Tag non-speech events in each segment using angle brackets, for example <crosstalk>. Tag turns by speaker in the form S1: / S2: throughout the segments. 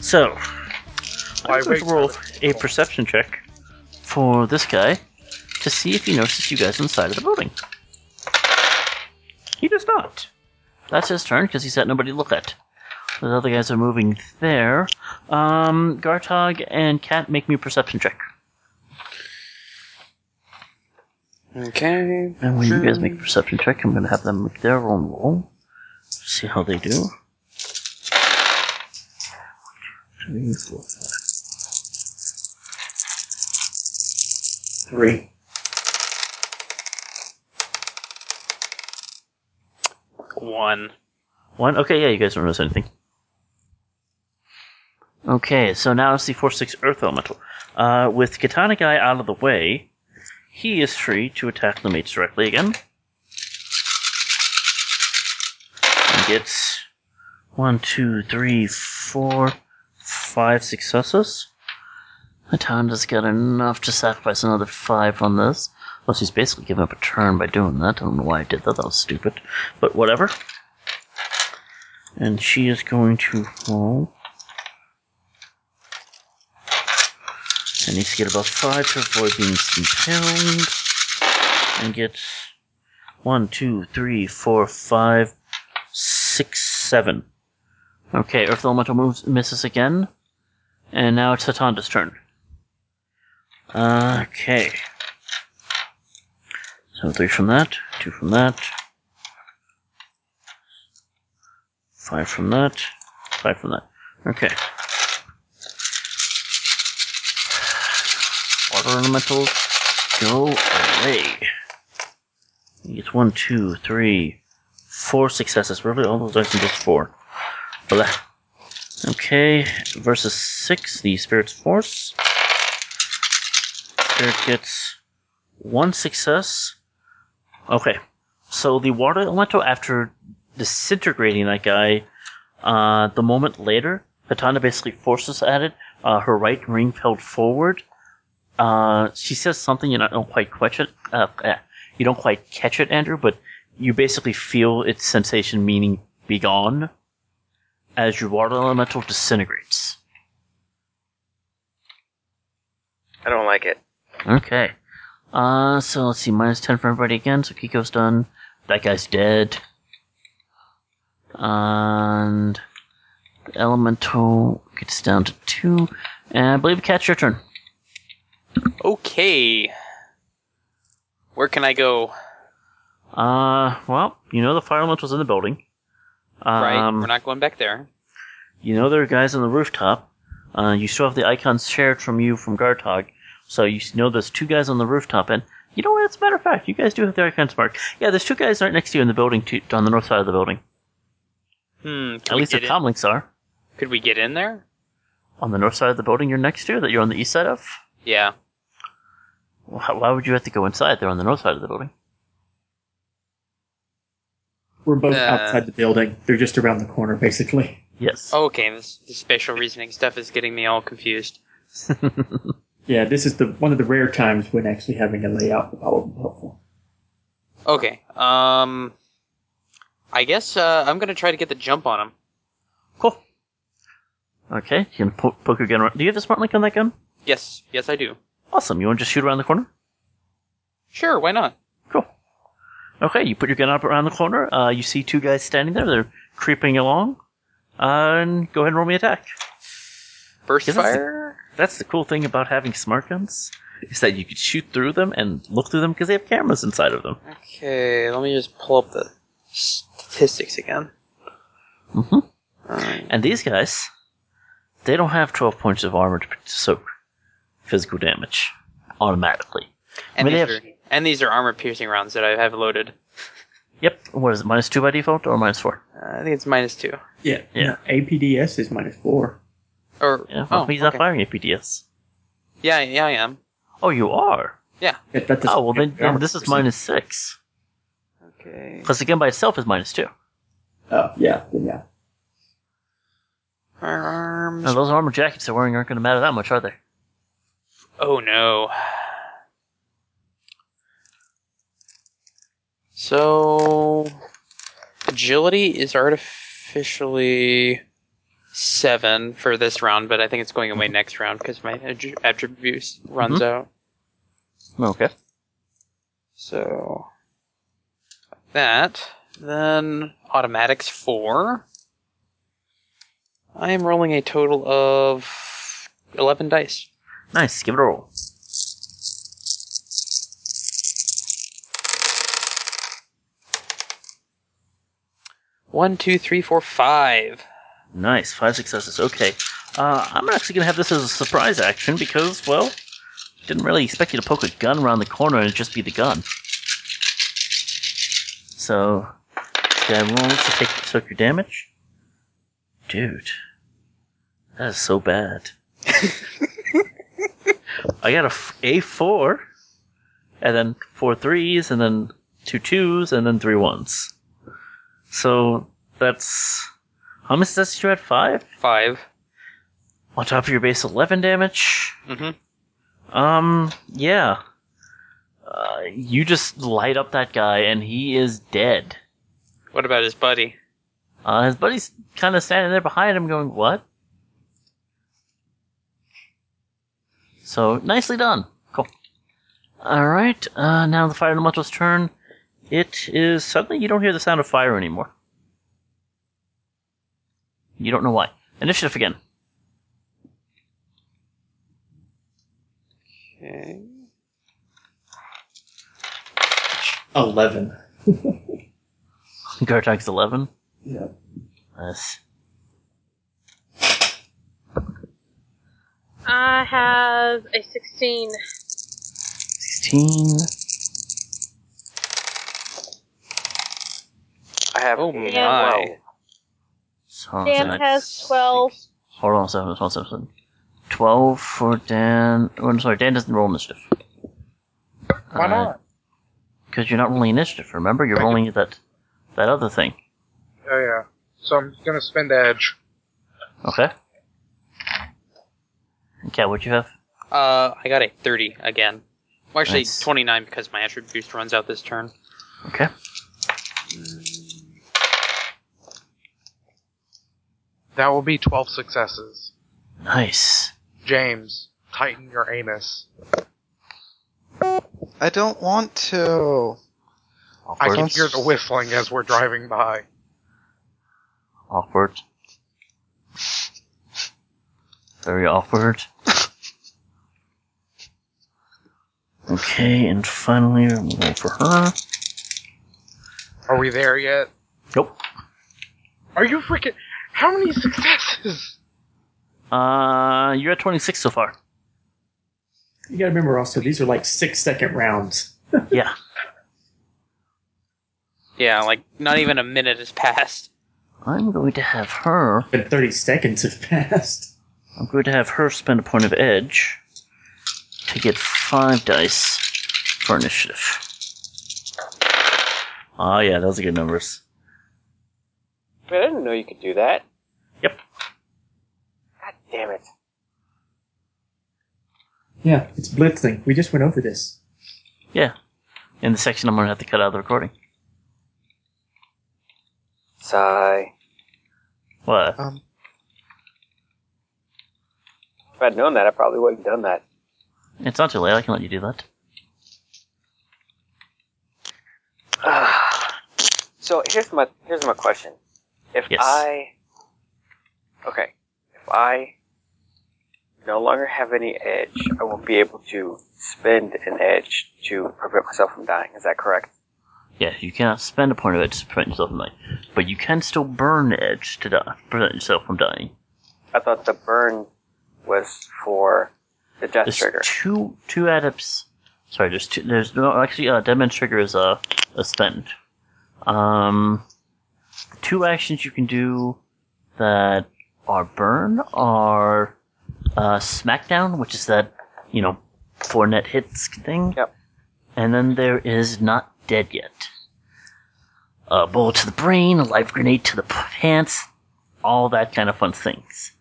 S1: So,
S2: Why,
S1: I'm going
S2: wait,
S1: to roll
S2: Tyler.
S1: a perception check for this guy to see if he notices you guys on the side of the building. He does not. That's his turn because he's had nobody to look at. The other guys are moving there. Um, Gartog and Cat, make me a perception check.
S3: Okay.
S1: And when you guys make a perception check, I'm going to have them make their own roll. See how they do. Three, four, five.
S3: Three.
S2: One.
S1: One? Okay, yeah, you guys don't notice anything. Okay, so now it's the 4 6 Earth Elemental. Uh, with Katana Guy out of the way, he is free to attack the mates directly again. And gets one, two, three, four, five successes. Matanda's got enough to sacrifice another 5 on this. Plus, he's basically giving up a turn by doing that. I don't know why I did that, that was stupid. But whatever. And she is going to roll. And needs to get above five to avoid being impaled. And gets one, two, three, four, five, six, seven. Okay, Earth Elemental moves misses again. And now it's Hatanda's turn. Okay. So three from that, two from that, Five from that. Five from that. Okay. Water ornamentals, go away. He gets one, two, three, four successes. Really, all those dice are just four. Blah. Okay, versus six, the spirit's force. Spirit gets one success. Okay, so the water elemental, after disintegrating that guy, uh, the moment later, Hatana basically forces at it. Uh, her right ring fell forward. Uh, she says something you don't, don't quite catch it. Uh, eh, you don't quite catch it, Andrew, but you basically feel its sensation, meaning be gone, as your water elemental disintegrates.
S3: I don't like it.
S1: Okay. Uh, so let's see, minus 10 for everybody again, so Kiko's done. That guy's dead. And the elemental gets down to two. And I believe cat's your turn.
S3: Okay. Where can I go?
S1: Uh, well, you know the fire elemental's in the building. Um,
S3: right? We're not going back there.
S1: You know there are guys on the rooftop. Uh, you still have the icons shared from you from Gartog, so you know there's two guys on the rooftop. And you know what? As a matter of fact, you guys do have the icons marked. Yeah, there's two guys right next to you in the building, too, on the north side of the building.
S3: Hmm. Can
S1: At
S3: we
S1: least the
S3: get in-
S1: comlinks are
S3: Could we get in there?
S1: on the north side of the building you're next to, that you're on the east side of.
S3: Yeah.
S1: Why why would you have to go inside? They're on the north side of the building.
S4: We're both
S3: Uh.
S4: outside the building. They're just around the corner, basically.
S1: Yes.
S3: Oh, okay. This, this spatial reasoning stuff is getting me all confused.
S4: Yeah, this is the one of the rare times when actually having a layout problem is helpful.
S3: Okay. Um. I guess uh, I'm gonna try to get the jump on him.
S1: cool. Okay, you can po- poke your gun. Around. Do you have the smart link on that gun?
S3: Yes. Yes, I do.
S1: Awesome. You want to just shoot around the corner?
S3: Sure. Why not?
S1: Cool. Okay, you put your gun up around the corner. Uh, you see two guys standing there. They're creeping along. Uh, and go ahead and roll me attack.
S3: Burst
S1: Give us the-
S3: fire.
S1: That's the cool thing about having smart guns is that you can shoot through them and look through them because they have cameras inside of them.
S3: Okay. Let me just pull up the statistics again.
S1: hmm
S3: Alright.
S1: And these guys, they don't have 12 points of armor to soak physical damage automatically.
S3: And,
S1: mean, they
S3: these
S1: have-
S3: are, and these are armor piercing rounds that I have loaded.
S1: Yep. What is it? Minus two by default or minus four?
S3: Uh, I think it's minus two.
S4: Yeah.
S1: Yeah.
S4: no, APDS is minus four.
S3: Or
S1: Yeah. Well,
S3: oh,
S1: he's not
S3: okay.
S1: firing APDS.
S3: yeah, yeah, I am.
S1: Oh, you are.
S4: Yeah, that doesn't
S1: oh well, then,
S4: count for
S1: then
S4: armor
S1: this is
S4: piercing.
S1: minus six.
S3: Okay.
S1: Plus the gun by itself is minus two.
S4: Oh yeah, then yeah.
S3: Our arms.
S1: Now, those armor jackets they're wearing aren't going to matter that much, are they?
S3: Oh no. So agility is artificially seven for this round, but I think it's going away next round because my ad- attributes runs out.
S1: Okay.
S3: So that then automatics four. I am rolling a total of eleven dice.
S1: Nice. Give it a roll.
S3: One, two, three, four, five.
S1: Nice. Five successes. Okay. Uh, I'm actually going to have this as a surprise action because, well, didn't really expect you to poke a gun around the corner and it just be the gun. So, guy rolls to take, took your damage. Dude. That is so bad. I got a, f- a four, and then four threes, and then two twos, and then three ones. So that's how many sets did you had? Five
S3: Five.
S1: on top of your base eleven damage.
S3: Mhm.
S1: Um. Yeah. Uh, you just light up that guy, and he is dead.
S3: What about his buddy?
S1: Uh, his buddy's kind of standing there behind him, going, "What?" So nicely done. Cool. All right. Uh, now the fire elemental's turn. It is suddenly you don't hear the sound of fire anymore. You don't know why. Initiative again. <laughs>
S3: Okay.
S4: Eleven.
S1: Gartag's eleven.
S4: Yeah.
S1: Nice.
S5: I have a 16.
S1: 16.
S2: I have.
S3: Oh
S2: eight.
S5: Yeah.
S3: my.
S1: So hold on a
S5: Dan
S1: second.
S5: has 12.
S1: Hold on a second. Hold on a second. 12 for Dan. Oh, I'm sorry. Dan doesn't roll initiative. Uh,
S2: Why not?
S1: Because you're not rolling initiative, remember? You're rolling that that other thing.
S2: Oh yeah. So I'm gonna spend edge.
S1: Okay? Okay, what'd you have?
S3: Uh, I got a 30 again. Well, actually,
S1: Nice.
S3: 29 because my attribute boost runs out this turn.
S1: Okay.
S2: That will be twelve successes.
S1: Nice.
S2: James, tighten your anus.
S6: I don't want to.
S2: I can
S6: Awkward.
S2: hear the whistling as we're driving by.
S1: Awkward. Very awkward. Okay, and finally, I'm gonna roll for her.
S2: Are we there yet?
S1: Nope.
S2: Are you freaking? How many successes?
S1: Uh, you're at 26 so far.
S4: You gotta remember also these are like six second rounds.
S1: Yeah.
S3: Yeah, like, not even a minute has passed.
S1: I'm going to have her.
S4: And thirty seconds have <laughs> passed.
S1: I'm going to have her spend a point of edge to get five dice for initiative. Ah, yeah, those are good numbers.
S7: Wait, I didn't know you could do that.
S1: Yep.
S7: God damn it.
S4: Yeah, it's blitzing. We just went over this.
S1: Yeah. In the section I'm going to have to cut out of the recording.
S7: Sigh.
S1: What?
S6: Um,
S7: If I'd known that, I probably wouldn't have done that.
S1: It's not too late. I can let you do that.
S7: Ah. so here's my here's my question. If
S1: Yes.
S7: I okay, if I no longer have any edge, I won't be able to spend an edge to prevent myself from dying. Is that correct?
S1: Yeah, you cannot spend a point of edge to prevent yourself from dying, but you can still burn edge to die, prevent yourself from dying.
S7: I thought the burn was for the death
S1: There's
S7: trigger.
S1: two two adepts. Sorry, there's two. There's no actually. Uh, Deadman trigger is a a spend. Um, two actions you can do that are burn are uh, smackdown, which is that you know four net hits thing.
S7: Yep.
S1: And then there is not dead yet. A bullet to the brain, a live grenade to the pants, all that kind of fun things.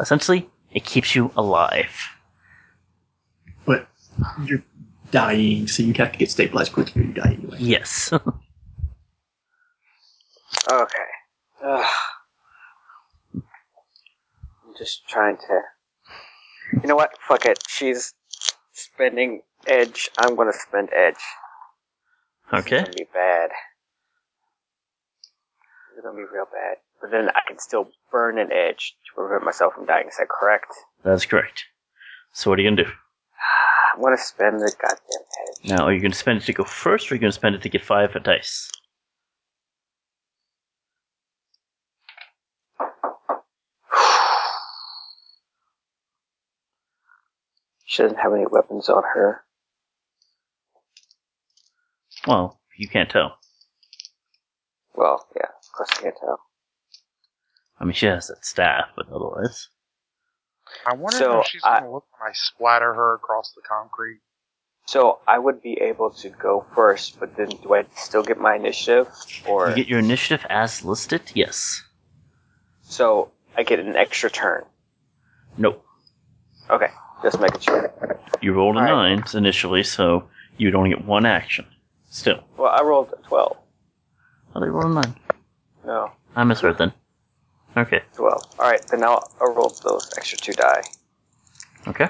S1: Essentially, it keeps you alive.
S4: But you're dying, so you'd have to get stabilized quickly or you die anyway.
S1: Yes.
S7: Okay. Ugh. just trying to. You know what? Fuck it. She's spending edge. I'm gonna spend edge.
S1: Okay.
S7: It's gonna be bad. It's gonna be real bad. But then I can still burn an edge to prevent myself from dying. Is that correct? <sighs>
S1: That's correct. So what are you gonna do?
S7: I'm gonna spend the goddamn edge.
S1: Now, are you gonna spend it to go first, or are you gonna spend it to get five dice?
S7: She doesn't have any weapons on her.
S1: Well, you can't tell.
S7: Well, yeah, of course I can tell.
S1: I mean, she has that staff, but otherwise,
S2: I wonder
S7: So,
S2: if she's
S7: I-
S2: gonna look when I splatter her across the concrete.
S7: So I would be able to go first, but then do I still get my initiative? Or
S1: you get your initiative as listed. Yes.
S7: so I get an extra turn.
S1: Nope.
S7: Okay, just making sure.
S1: You rolled a
S7: All right.
S1: nine initially, so you'd only get one action. Still,
S7: Well, I rolled a twelve.
S1: oh, they rolled a nine.
S7: No,
S1: I misheard then. Okay.
S7: twelve. All right, then I'll, I'll roll those extra two die.
S1: Okay.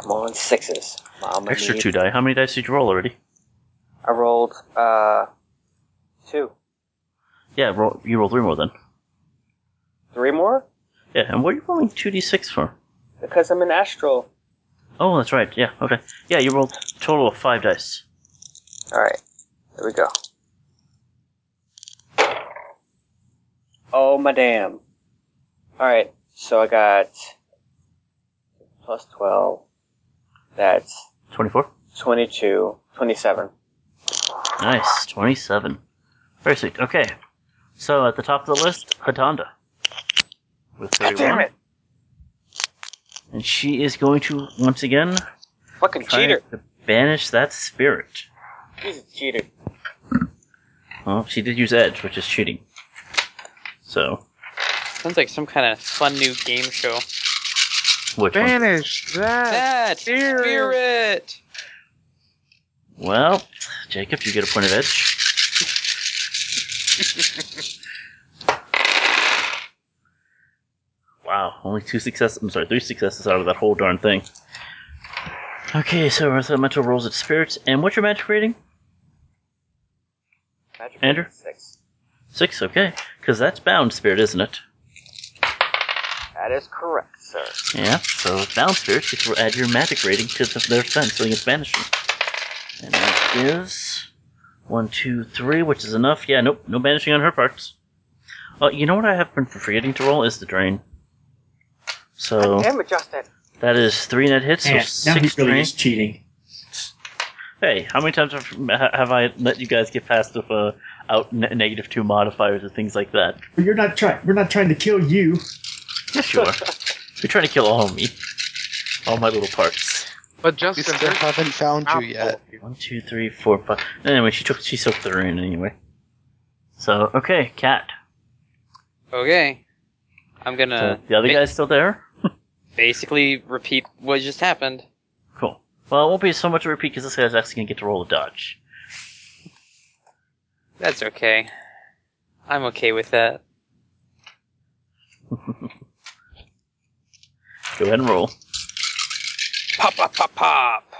S7: Come on, sixes, mom.
S1: Extra two die. How many dice did you roll already?
S7: I rolled uh two,
S1: Yeah, roll, you rolled three more then.
S7: three more
S1: Yeah, and what are you rolling two d six for?
S7: because I'm an astral.
S1: Oh, that's right. Yeah. Okay. Yeah, you rolled a total of five dice.
S7: All right, there we go. Oh my damn! All right, so I got plus twelve. That's
S1: Twenty four.
S7: 22, 27.
S1: Nice. Twenty seven. Very sweet. Okay. So at the top of the list, Hatanda. With
S7: God
S1: 31.
S7: damn it!
S1: And she is going to once again
S7: Fucking
S1: try
S7: cheater!
S1: to banish that spirit.
S7: He's a cheater.
S1: Well, she did use edge, which is cheating. So
S3: Sounds like some kind of fun new game show.
S1: which one?
S2: Banish that.
S3: That
S2: Ah, Spirit.
S3: spirit.
S1: Well, Jacob, you get a point of edge. wow, only two successes. I'm sorry, three successes out of that whole darn thing. Okay, so our elemental rolls at spirits, and what's your magic rating?
S7: Magic
S1: Andrew?
S7: Six.
S1: Six, okay, because that's bound spirit, isn't it?
S7: That is correct, sir.
S1: Yeah, so bound spirits, you can add your magic rating to the, their defense against banishing. And that is one, two, three, which is enough. Yeah, nope, no banishing on her parts. Uh, you know what I have been forgetting to roll is the drain. So
S7: Damn it, Justin.
S1: that is three net hits, so
S4: Man, now he
S1: six
S4: really
S1: drain.
S4: is cheating.
S1: Hey, how many times have, ha- have I let you guys get past with uh, out ne- negative two modifiers or things like that?
S4: But you're not trying. We're not trying to kill you.
S1: Yes, you are. You're trying to kill all of me, all my little parts.
S2: But
S6: We
S2: Justin,
S6: still
S2: there's a
S6: haven't found you
S2: mouthful
S6: yet.
S2: of you.
S1: One, two, three, four, five. Anyway, she took she soaked the rain anyway. So okay, cat.
S3: Okay. I'm gonna
S1: the other
S3: ba-
S1: guy's still there.
S3: basically repeat what just happened.
S1: Cool. Well, it won't be so much a repeat because this guy's actually gonna get to roll a dodge.
S3: That's okay. I'm okay with that.
S1: Go ahead and roll.
S3: Pop pop pop pop.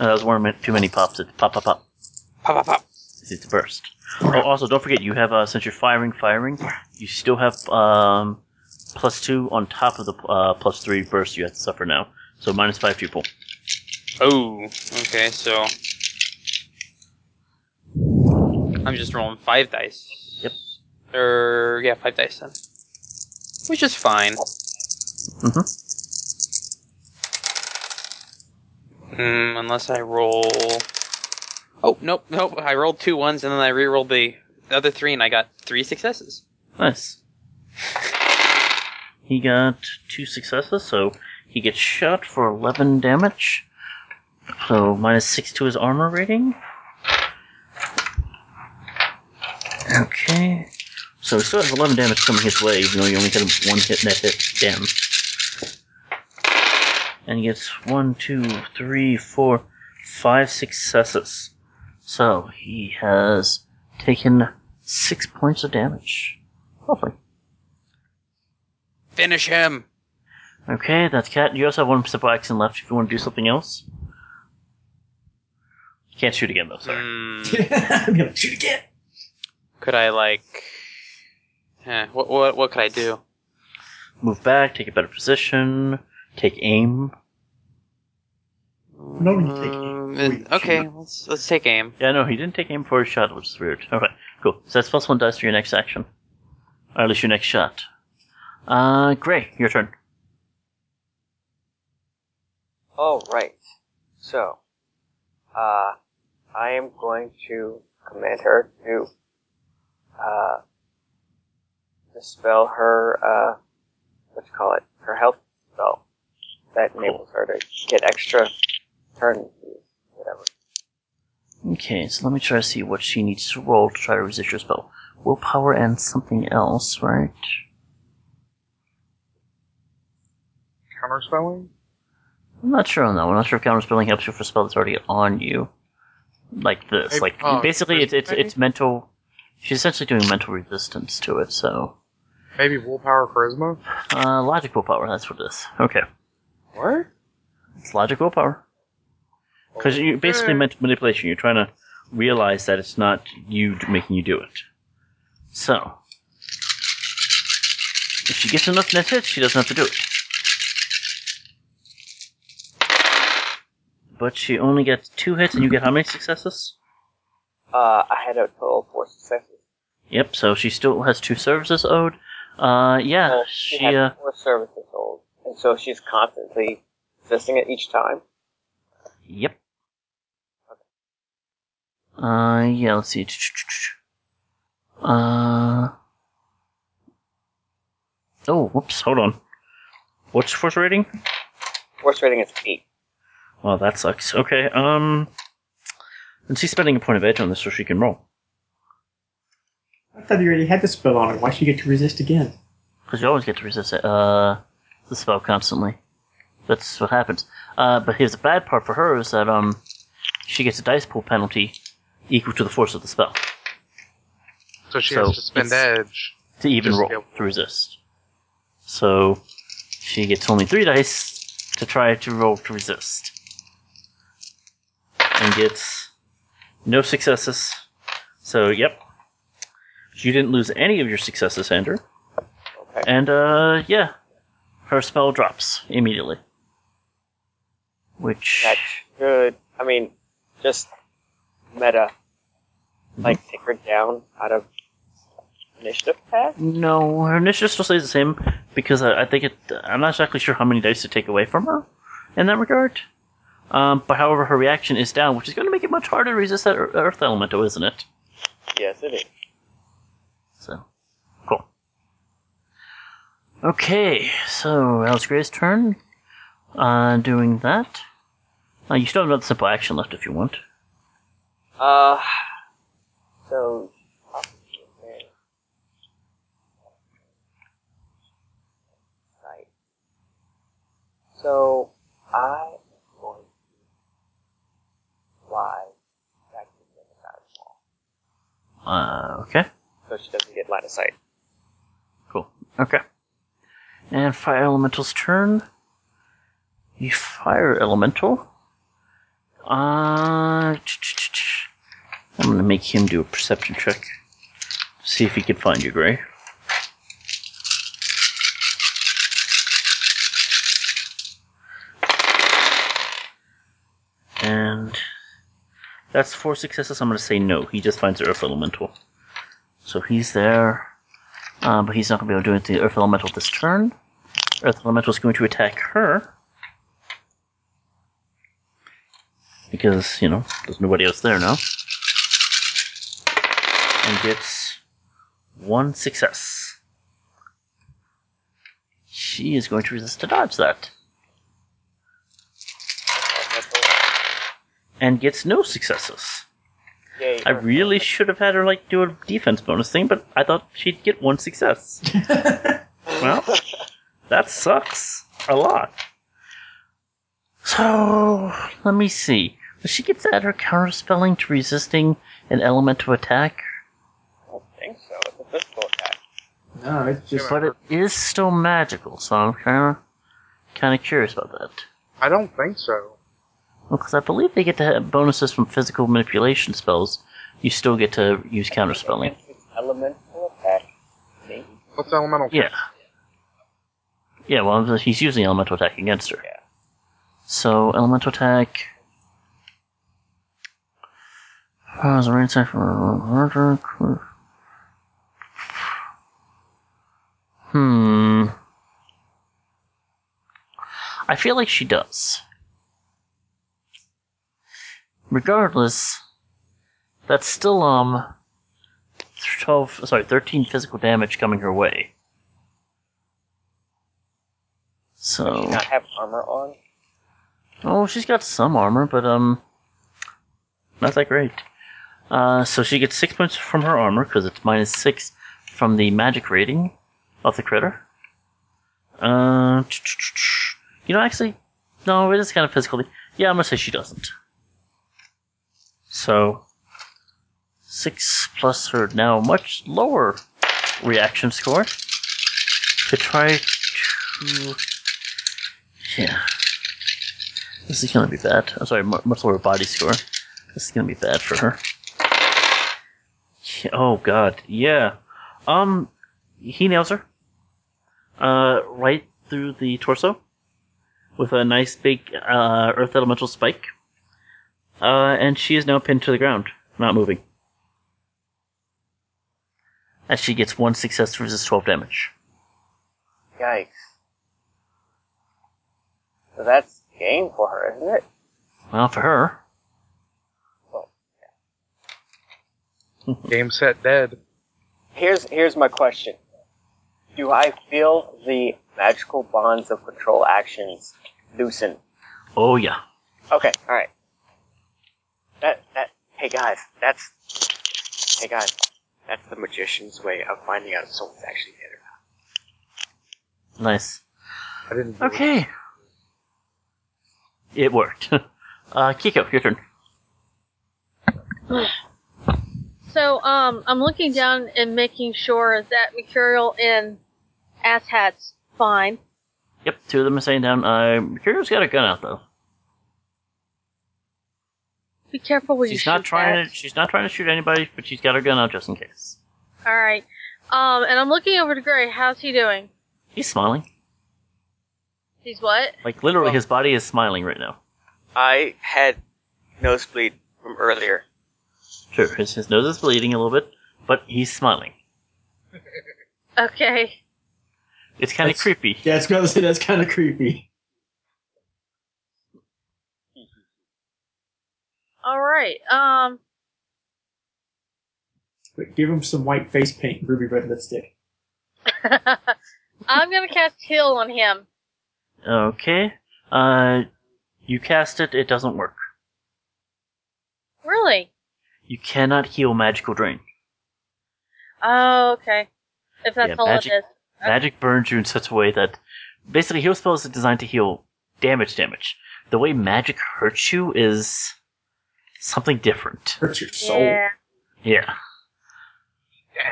S1: No, that was Uh, one minute too many pops. It's pop, pop, pop.
S3: Pop pop pop.
S1: It's a burst. Oh, also, don't forget you have uh, since you're firing, firing, you still have um plus two on top of the uh, plus three burst you have to suffer now. So minus five to your pull.
S3: Oh. Okay, so I'm just rolling five dice.
S1: Yep.
S3: Or yeah, five dice then. Which is fine. Mm-hmm. Mm, unless I roll Oh, nope, nope. I rolled two ones and then I re-rolled the other three and I got three successes.
S1: Nice. He got two successes, so he gets shot for 11 damage. So minus 6 to his armor rating. Okay. So he still has 11 damage coming his way, even though you only hit him one hit net hit damage. And he gets one, two, three, four, five successes. So he has taken six points of damage. Lovely.
S3: Finish him.
S1: Okay, that's cat. You also have one simple action left if you want to do something else. You can't shoot again though, sorry.
S3: Hmm.
S4: <laughs> I'm gonna shoot again.
S3: Could I like? Eh, what what what could I do?
S1: Move back, take a better position, take aim.
S4: No, you take
S3: Um,
S4: aim.
S3: okay, let's let's take aim.
S1: Yeah, no, he didn't take aim for his shot, which is weird. Okay, cool. So that's plus one dice for your next action. Or at least your next shot. Uh, Gray, your turn.
S7: All right. So, uh, I am going to command her to uh, dispel her uh, what you call it, her health spell that enables her to get extra turn, whatever.
S1: Okay, so let me try to see what she needs to roll to try to resist your spell. Willpower and something else, right?
S2: Counterspelling?
S1: I'm not sure on that one. I'm not sure if counterspelling helps you for a spell that's already on you. Like this.
S2: Maybe-
S1: Like
S2: oh,
S1: basically it's it's
S2: maybe?
S1: it's mental she's essentially doing mental resistance to it, so
S2: Maybe willpower charisma?
S1: uh logical power, that's what it is. Okay.
S2: What?
S1: It's logical power. Because you basically
S2: Okay.
S1: meant manipulation. You're trying to realize that it's not you d- making you do it. So, if she gets enough net hits, she doesn't have to do it. But she only gets two hits, and you get how many successes?
S7: Uh, I had a total of four successes.
S1: Yep. So she still has two services owed. Uh, yeah.
S7: Well, she,
S1: She
S7: had
S1: uh,
S7: four services old, and so she's constantly resisting it each time.
S1: Yep. Uh, yeah, let's see. Uh. Oh, whoops, hold on. What's your force rating?
S7: Force rating is eight.
S1: Well, that sucks. Okay, um. And she's spending a point of edge on this so she can roll.
S4: I thought you already had the spell on her. Why should you get to resist again?
S1: Because you always get to resist it, uh, the spell constantly. That's what happens. Uh, but here's the bad part for her is that, um, she gets a dice pool penalty equal to the force of the spell
S2: So she
S1: So
S2: has to spend
S1: it's-
S2: edge.
S1: to even
S2: Just
S1: roll
S2: go.
S1: to resist. So she gets only three dice to try to roll to resist. And gets no successes. So, yep. You didn't lose any of your successes, Andrew.
S7: Okay.
S1: And, uh, yeah. Her spell drops immediately. Which.
S7: That should, I mean, just meta, like take her down out of initiative path.
S1: No, her initiative still stays the same because I, I think it. I'm not exactly sure how many dice to take away from her in that regard. Um, but however, her reaction is down, which is going to make it much harder to resist that ear- Earth elemental, isn't it?
S7: Yes, it is.
S1: So, cool. Okay, so Alice Gray's turn. Uh, doing that. Uh, you still have another simple action left if you want.
S7: Uh, so. Right. So I am going to fly back to the other side
S1: Uh,
S7: of the wall,
S1: okay,
S7: so she doesn't get line of sight.
S1: cool. Okay. And Fire Elemental's turn. You Fire Elemental. Uh, ch-ch-ch-ch. I'm gonna make him do a perception check. See if he can find you, Gray. And that's four successes. I'm gonna say no. He just finds the Earth Elemental. So he's there. Uh, but he's not gonna be able to do it to the Earth Elemental this turn. Earth Elemental is going to attack her. Because, you know, there's nobody else there now. And gets one success. She is going to resist to dodge that. And gets no successes.
S7: Yay!
S1: I really should have had her like do a defense bonus thing, but I thought she'd get one success. well, that sucks a lot. So let me see. Does she get to add her counterspelling to resisting an elemental attack?
S7: I don't think so. It's a physical attack.
S4: No, it's just.
S1: But it is still magical, so I'm kind of kind of curious about that.
S2: I don't think so.
S1: Because I believe they get to have bonuses from physical manipulation spells. You still get to use counterspelling.
S7: It's elemental attack. Maybe.
S2: What's elemental?
S1: Yeah. Yeah, well, he's using elemental attack against her.
S7: Yeah.
S1: So, elemental attack. Uh, is a range attack for murder. cr- Hmm. I feel like she does. Regardless, that's still, um. 12, sorry, 13 physical damage coming her way.
S7: Does she
S1: So.
S7: not have armor on?
S1: Oh, she's got some armor, but um, not that great. Uh, so she gets six points from her armor because it's minus six from the magic rating of the critter. Uh, you know, actually, no, it is kind of physical. Yeah, I'm gonna say she doesn't. So six plus her now much lower reaction score to try to yeah. This is gonna be bad. I'm sorry, mu- much lower body score. This is gonna be bad for her. Yeah, Oh god, yeah. Um, he nails her. Uh, right through the torso with a nice big uh, earth elemental spike. Uh, and she is now pinned to the ground, not moving. As she gets one success to resist 12 damage.
S7: Yikes. So that's game for her, isn't it?
S1: Well, for her,
S2: Game set dead.
S7: Here's here's my question. Do I feel the magical bonds of control actions loosen?
S1: oh yeah.
S7: Okay, all right. That that hey guys, that's hey guys, that's the magician's way of finding out if someone's actually dead or not.
S1: Nice.
S2: I didn't. do it.
S1: Okay. It worked. <laughs> uh, Kiko, your turn.
S5: So, um, I'm looking down and making sure that Mercurial and Asshat's fine.
S1: Yep, two of them are staying down. Uh, Mercurio's got a gun out though.
S5: Be careful when you
S1: She's
S5: shoot
S1: not trying
S5: that.
S1: to. She's not trying to shoot anybody, but she's got her gun out just in case.
S5: All right. Um, and I'm looking over to Gray. How's he doing?
S1: He's smiling.
S5: He's what?
S1: Like literally,
S7: Well-
S5: Oh.
S1: his body is smiling right now.
S7: I had nosebleed from earlier.
S1: Sure, his, his nose is bleeding a little bit, but he's smiling.
S5: Okay. <laughs>
S1: It's kind of
S4: That's-
S1: creepy.
S4: Yeah, I was gonna <laughs> say that's kind of creepy.
S5: All right. Um,
S4: But give him some white face paint, and ruby red lipstick.
S5: I'm gonna cast heal on him.
S1: Okay. Uh, you cast it. It doesn't work.
S5: Really?
S1: You cannot heal magical drain.
S5: Oh, okay. If that's
S1: Yeah,
S5: all
S1: magic-
S5: it is. Okay.
S1: Magic burns you in such a way that basically heal spells are designed to heal damage damage. The way magic hurts you is something different.
S4: Hurts your soul.
S5: Yeah.
S1: Yeah.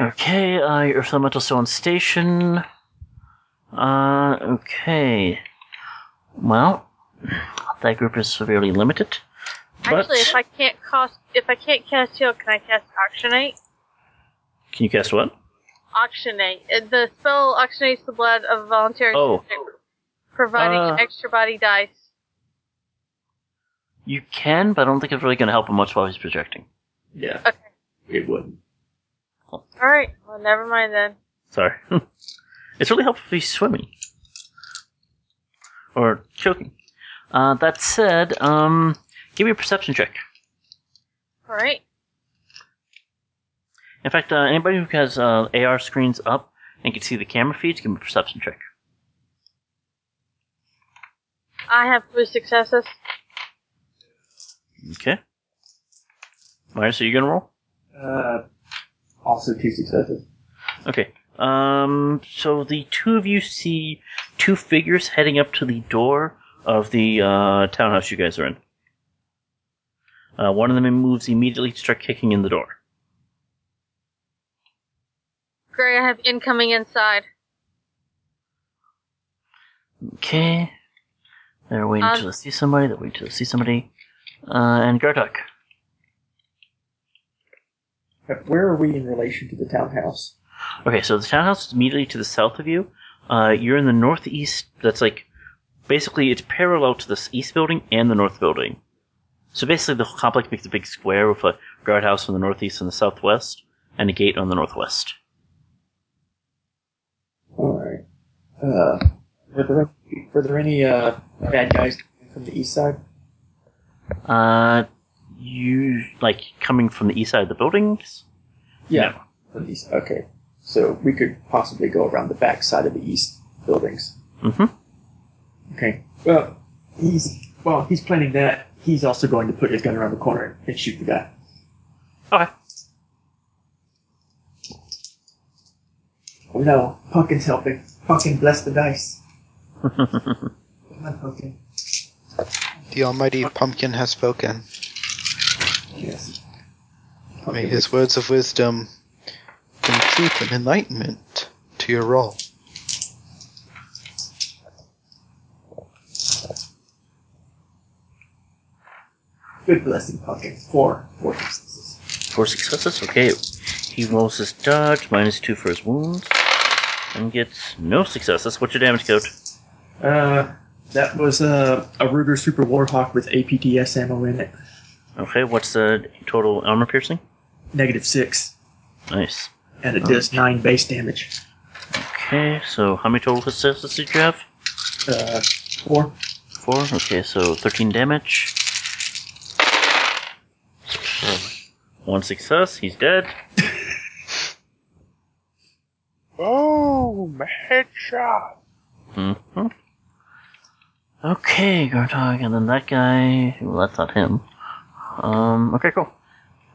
S1: Okay, uh, your Earth Elemental still on station. Uh, okay. Well, that group is severely limited. But
S5: Actually, if I can't cost, if I can't cast heal, can I cast auctionate?
S1: can you cast what?
S5: Auctionate. Uh, The spell auctionates the blood of a voluntary
S1: Oh.
S5: subject, providing
S1: Uh.
S5: extra body dice.
S1: You can, but I don't think it's really going to help him much while he's projecting.
S4: Yeah.
S5: Okay.
S4: It wouldn't.
S5: All right. Well, never mind then.
S1: Sorry. <laughs> it's really helpful if he's swimming. Or choking. Uh, that said, um, give me a perception check.
S5: All right.
S1: In fact, uh, anybody who has uh, AR screens up and can see the camera feeds, give me a perception check.
S5: I have three successes.
S1: Okay. Alright, so you're gonna roll?
S4: Uh, also two successes.
S1: Okay. Um, so the two of you see two figures heading up to the door of the uh, townhouse you guys are in. Uh, one of them moves immediately to start kicking in the door.
S5: Gray, I have incoming inside.
S1: Okay. They're waiting
S5: Um,
S1: to see somebody. They're waiting to see somebody. Uh, and Gartok.
S4: But Where are we in relation to the townhouse?
S1: Okay, so the townhouse is immediately to the south of you. Uh, you're in the northeast. That's like basically it's parallel to this east building and the north building. So basically, the whole complex makes a big square with a guardhouse on the northeast and the southwest, and a gate on the northwest.
S4: All right. Uh, were there were there any uh, bad guys from the east side?
S1: Uh, you like coming from the east side of the buildings?
S4: Yeah. From the east. Okay. So we could possibly go around the back side of the east buildings.
S1: Mm-hmm.
S4: Okay. Well, he's well, he's planning that. He's also going to put his gun around the corner and shoot the guy.
S1: Okay.
S4: Oh no, Pumpkin's helping. Pumpkin, bless the dice. Come on, Pumpkin.
S6: The almighty pumpkin has spoken.
S4: Yes.
S6: May his words of wisdom bring truth and enlightenment to your role.
S4: Good blessing, Pumpkin. Four. Four successes.
S1: Four successes. Okay. He rolls his dodge minus two for his wounds, and gets no successes. What's your damage code?
S4: Uh, that was uh, a Ruger Super Warhawk with APTS ammo in it.
S1: Okay. What's the total armor piercing?
S4: Negative six.
S1: Nice.
S4: And
S1: Uh-huh.
S4: it does nine base damage.
S1: Okay, so how many total successes did you have?
S4: Uh, four.
S1: Four. Okay, so 13 damage. Um, One success, he's dead.
S2: Boom! Headshot!
S1: Mm-hmm. Okay, Gartog, and then that guy. Well, that's not him. Um, okay, cool.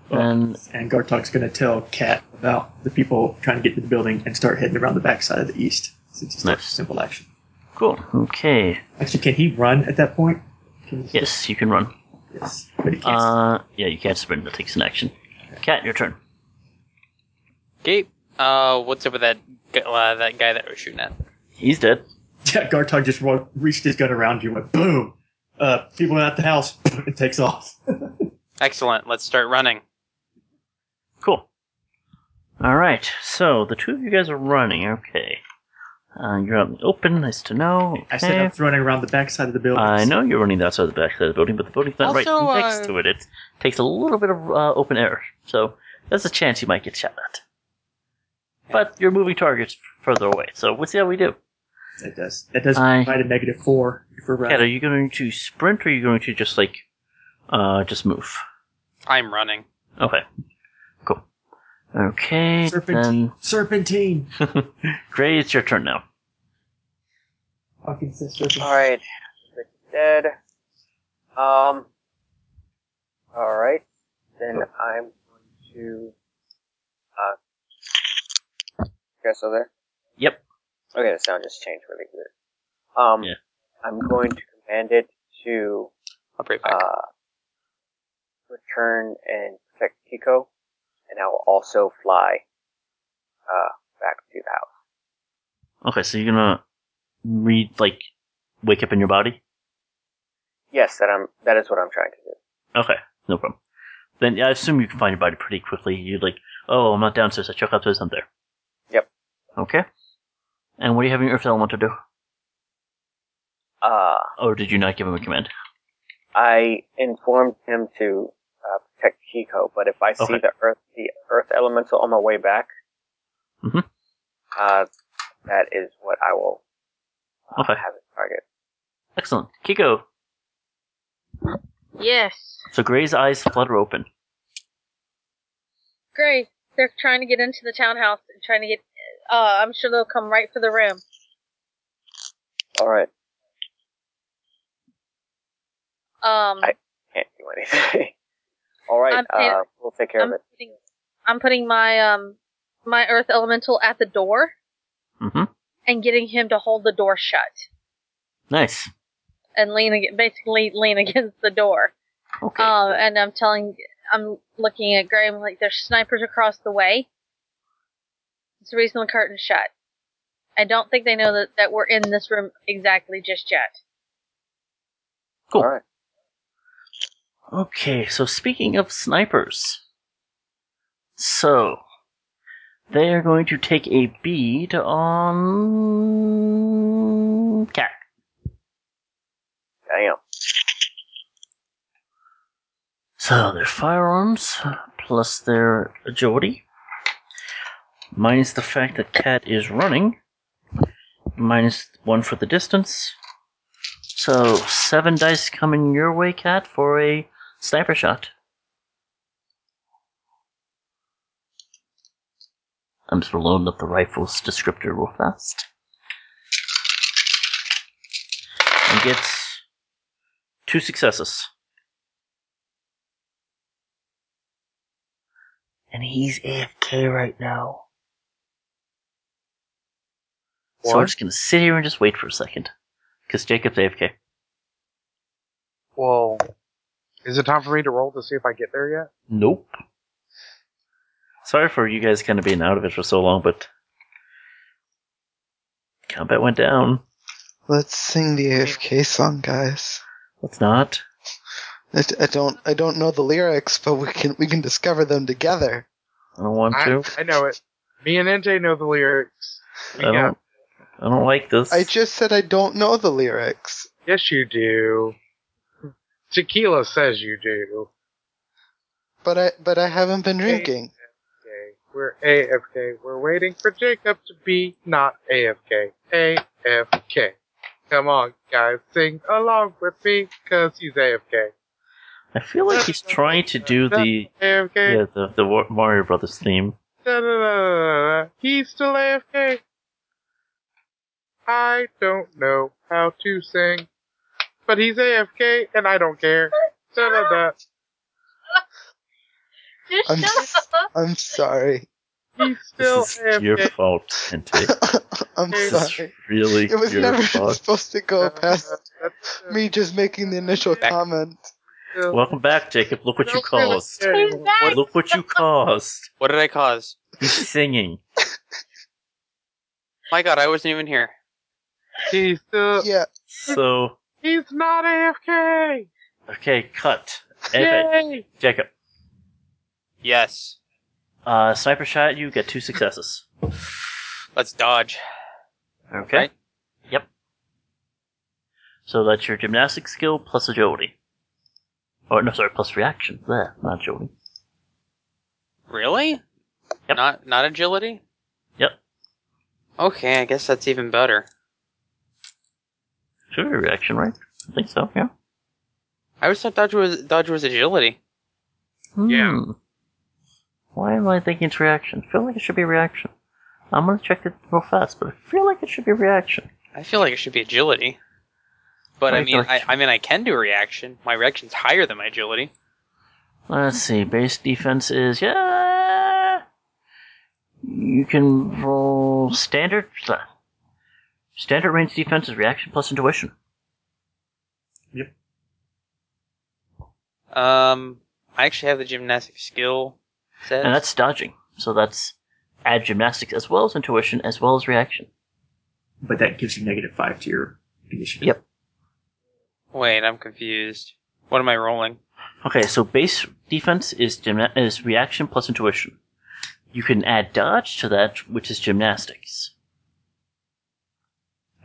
S1: And
S4: And Gartok's going to tell Kat about the people trying to get to the building and start heading around the backside of the east. Since he's
S1: Nice.
S4: a simple action.
S1: cool. Okay.
S4: Actually, can he run at that point? Can he-
S1: Yes, you can run.
S4: Yes. But he can't. <laughs>
S1: Uh, yeah, you can't sprint. That takes an action. Cat, your turn.
S3: Gabe, uh, what's up with that gu- uh, that guy that we're shooting at?
S1: He's dead.
S4: Yeah, Gartog just ro- reached his gun around you and went boom. Uh, people at the house. <laughs> It takes off.
S3: Excellent. Let's start running.
S1: Cool. All right. So the two of you guys are running. Okay. Uh, you're out in the open. Nice to know.
S4: I said
S1: okay.
S4: I'm running around the backside of the building.
S1: I know you're running outside the back side of the building, but the building's not
S3: Also,
S1: right
S3: uh,
S1: next to it. It takes a little bit of uh, open air, so there's a chance you might get shot at. But you're moving targets further away, so we'll see how we do.
S4: It does. It does
S1: I-
S4: provide a negative four if we're
S1: Kat, are
S4: running.
S1: you going to sprint, or are you going to just like, uh, just move?
S3: I'm running.
S1: Okay, cool. Okay,
S4: Serpentine. Serpentine.
S1: then <laughs> Gray, it's your turn now.
S4: Fucking says serpentine.
S7: Alright. Dead. Um. Alright. Then I'm going to. Uh. You guys still there?
S1: Yep.
S7: Okay, the sound just changed really good. Um.
S1: Yeah.
S7: I'm going to command it to,
S3: I'll be right back.
S7: uh. Return and protect Kiko, and I will also fly, uh, back to the house.
S1: Okay, so you're gonna read like wake up in your body.
S7: Yes, that I'm, that is what I'm trying to do.
S1: Okay, no problem. Then yeah, I assume you can find your body pretty quickly. You're like, oh, I'm not downstairs. I check upstairs. I'm there.
S7: Yep.
S1: Okay. And what are you having Earth Elemental do?
S7: Uh.
S1: Or did you not give him a command?
S7: I informed him to uh, protect Kiko, but if I see
S1: Okay.
S7: the earth the earth elemental on my way back,
S1: Mhm.
S7: uh, that is what I will uh,
S1: Okay.
S7: have as target.
S1: Excellent, Kiko.
S5: Yes.
S1: So Gray's eyes flutter open.
S5: Gray, they're trying to get into the townhouse and trying to get. Uh, I'm sure they'll come right for the room.
S7: All right,
S5: Um,
S7: I- can't do anything. <laughs> All right,
S5: I'm paying-
S7: uh, we'll take care
S5: I'm
S7: of it.
S5: putting, I'm putting my um my earth elemental at the door
S1: Mm-hmm.
S5: and getting him to hold the door shut
S1: Nice.
S5: and lean ag- basically lean <laughs> against the door.
S1: Okay.
S5: Um, and I'm telling, I'm looking at Graham like there's snipers across the way. It's the reason the curtain's shut. I don't think they know that, that we're in this room exactly just yet.
S1: Cool.
S7: All right.
S1: Okay, so speaking of snipers. So, they are going to take a bead on. Cat.
S7: Damn.
S1: So, their firearms plus their agility, minus the fact that Cat is running, minus one for the distance. So, seven dice coming your way, Cat, for a sniper shot. I'm just loading up the rifle's descriptor real fast. And gets two successes. And he's AFK right now. So I'm just gonna sit here and just wait for a second. Because Jacob's AFK.
S2: Whoa. Is it time for me to roll to see if I get there yet?
S1: Nope. Sorry for you guys kind of being out of it for so long, but combat went down.
S6: Let's sing the AFK song, guys.
S1: Let's not.
S6: I, I don't I don't know the lyrics, but we can we can discover them together.
S1: I don't want
S2: I,
S1: to.
S2: I know it. Me and Ente know the lyrics.
S1: I
S2: We got-
S1: don't. I don't like this.
S6: I just said I don't know the lyrics.
S2: Yes, you do. Tequila says you do.
S6: But I but I haven't been
S2: Okay.
S6: drinking.
S2: Okay. We're AFK. We're waiting for Jacob to be not AFK. AFK. Come on, guys, sing along with me, cause he's AFK.
S1: I feel like he's trying to do the
S2: AFK.
S1: yeah the the War- Mario Brothers theme.
S2: Da, da, da, da, da. <laughs> He's still AFK. I don't know how to sing, but he's AFK and I don't care. Da, da, da.
S5: Just
S6: I'm
S5: shut
S6: s-
S5: up.
S6: I'm sorry. <laughs>
S2: He's still
S1: This is
S2: AFK.
S1: your fault, Hente.
S2: <laughs>
S6: I'm
S2: This
S1: This
S6: sorry.
S1: is really
S6: It was
S1: your
S6: never
S1: fault.
S6: supposed to go past me just making the initial
S2: Back.
S6: comment.
S1: Welcome back, Jacob. Look what you caused.
S5: He's back.
S1: Look what you caused.
S3: What did I cause?
S1: He's singing.
S3: My God, I wasn't even here.
S2: He's still.
S6: Yeah,
S1: So
S2: He's not AFK.
S1: okay, cut. Epic.
S2: Yay!
S1: Jacob.
S3: Yes,
S1: Uh, sniper shot, you get two successes.
S3: let's dodge.
S1: Okay.
S3: Right.
S1: Yep. So that's your gymnastic skill plus agility. Or, no, sorry, plus reaction. There, not agility.
S3: Really?
S1: Yep.
S3: Not not agility.
S1: Yep.
S3: Okay, I guess that's even better.
S1: Should be reaction, right? I think so, yeah.
S3: I always thought dodge was dodge was agility.
S2: Yeah.
S1: Hmm. Why am I thinking it's reaction? I feel like it should be reaction. I'm gonna check it real fast, but I feel like it should be reaction.
S3: I feel like it should be agility. But
S1: I
S3: I mean,
S1: thought
S3: I,
S1: you-
S3: I mean, I can do reaction. My reaction's higher than my agility.
S1: Let's see, base defense is, yeah! You can roll standard, uh, standard range defense is reaction plus intuition.
S3: Um, I actually have the gymnastic skill set.
S1: And that's dodging. So that's add gymnastics as well as intuition as well as reaction.
S4: But that gives you negative five to your initiative.
S1: Yep.
S3: Wait, I'm confused. What am I rolling?
S1: Okay, so base defense is gymna- is reaction plus intuition. You can add dodge to that, which is gymnastics.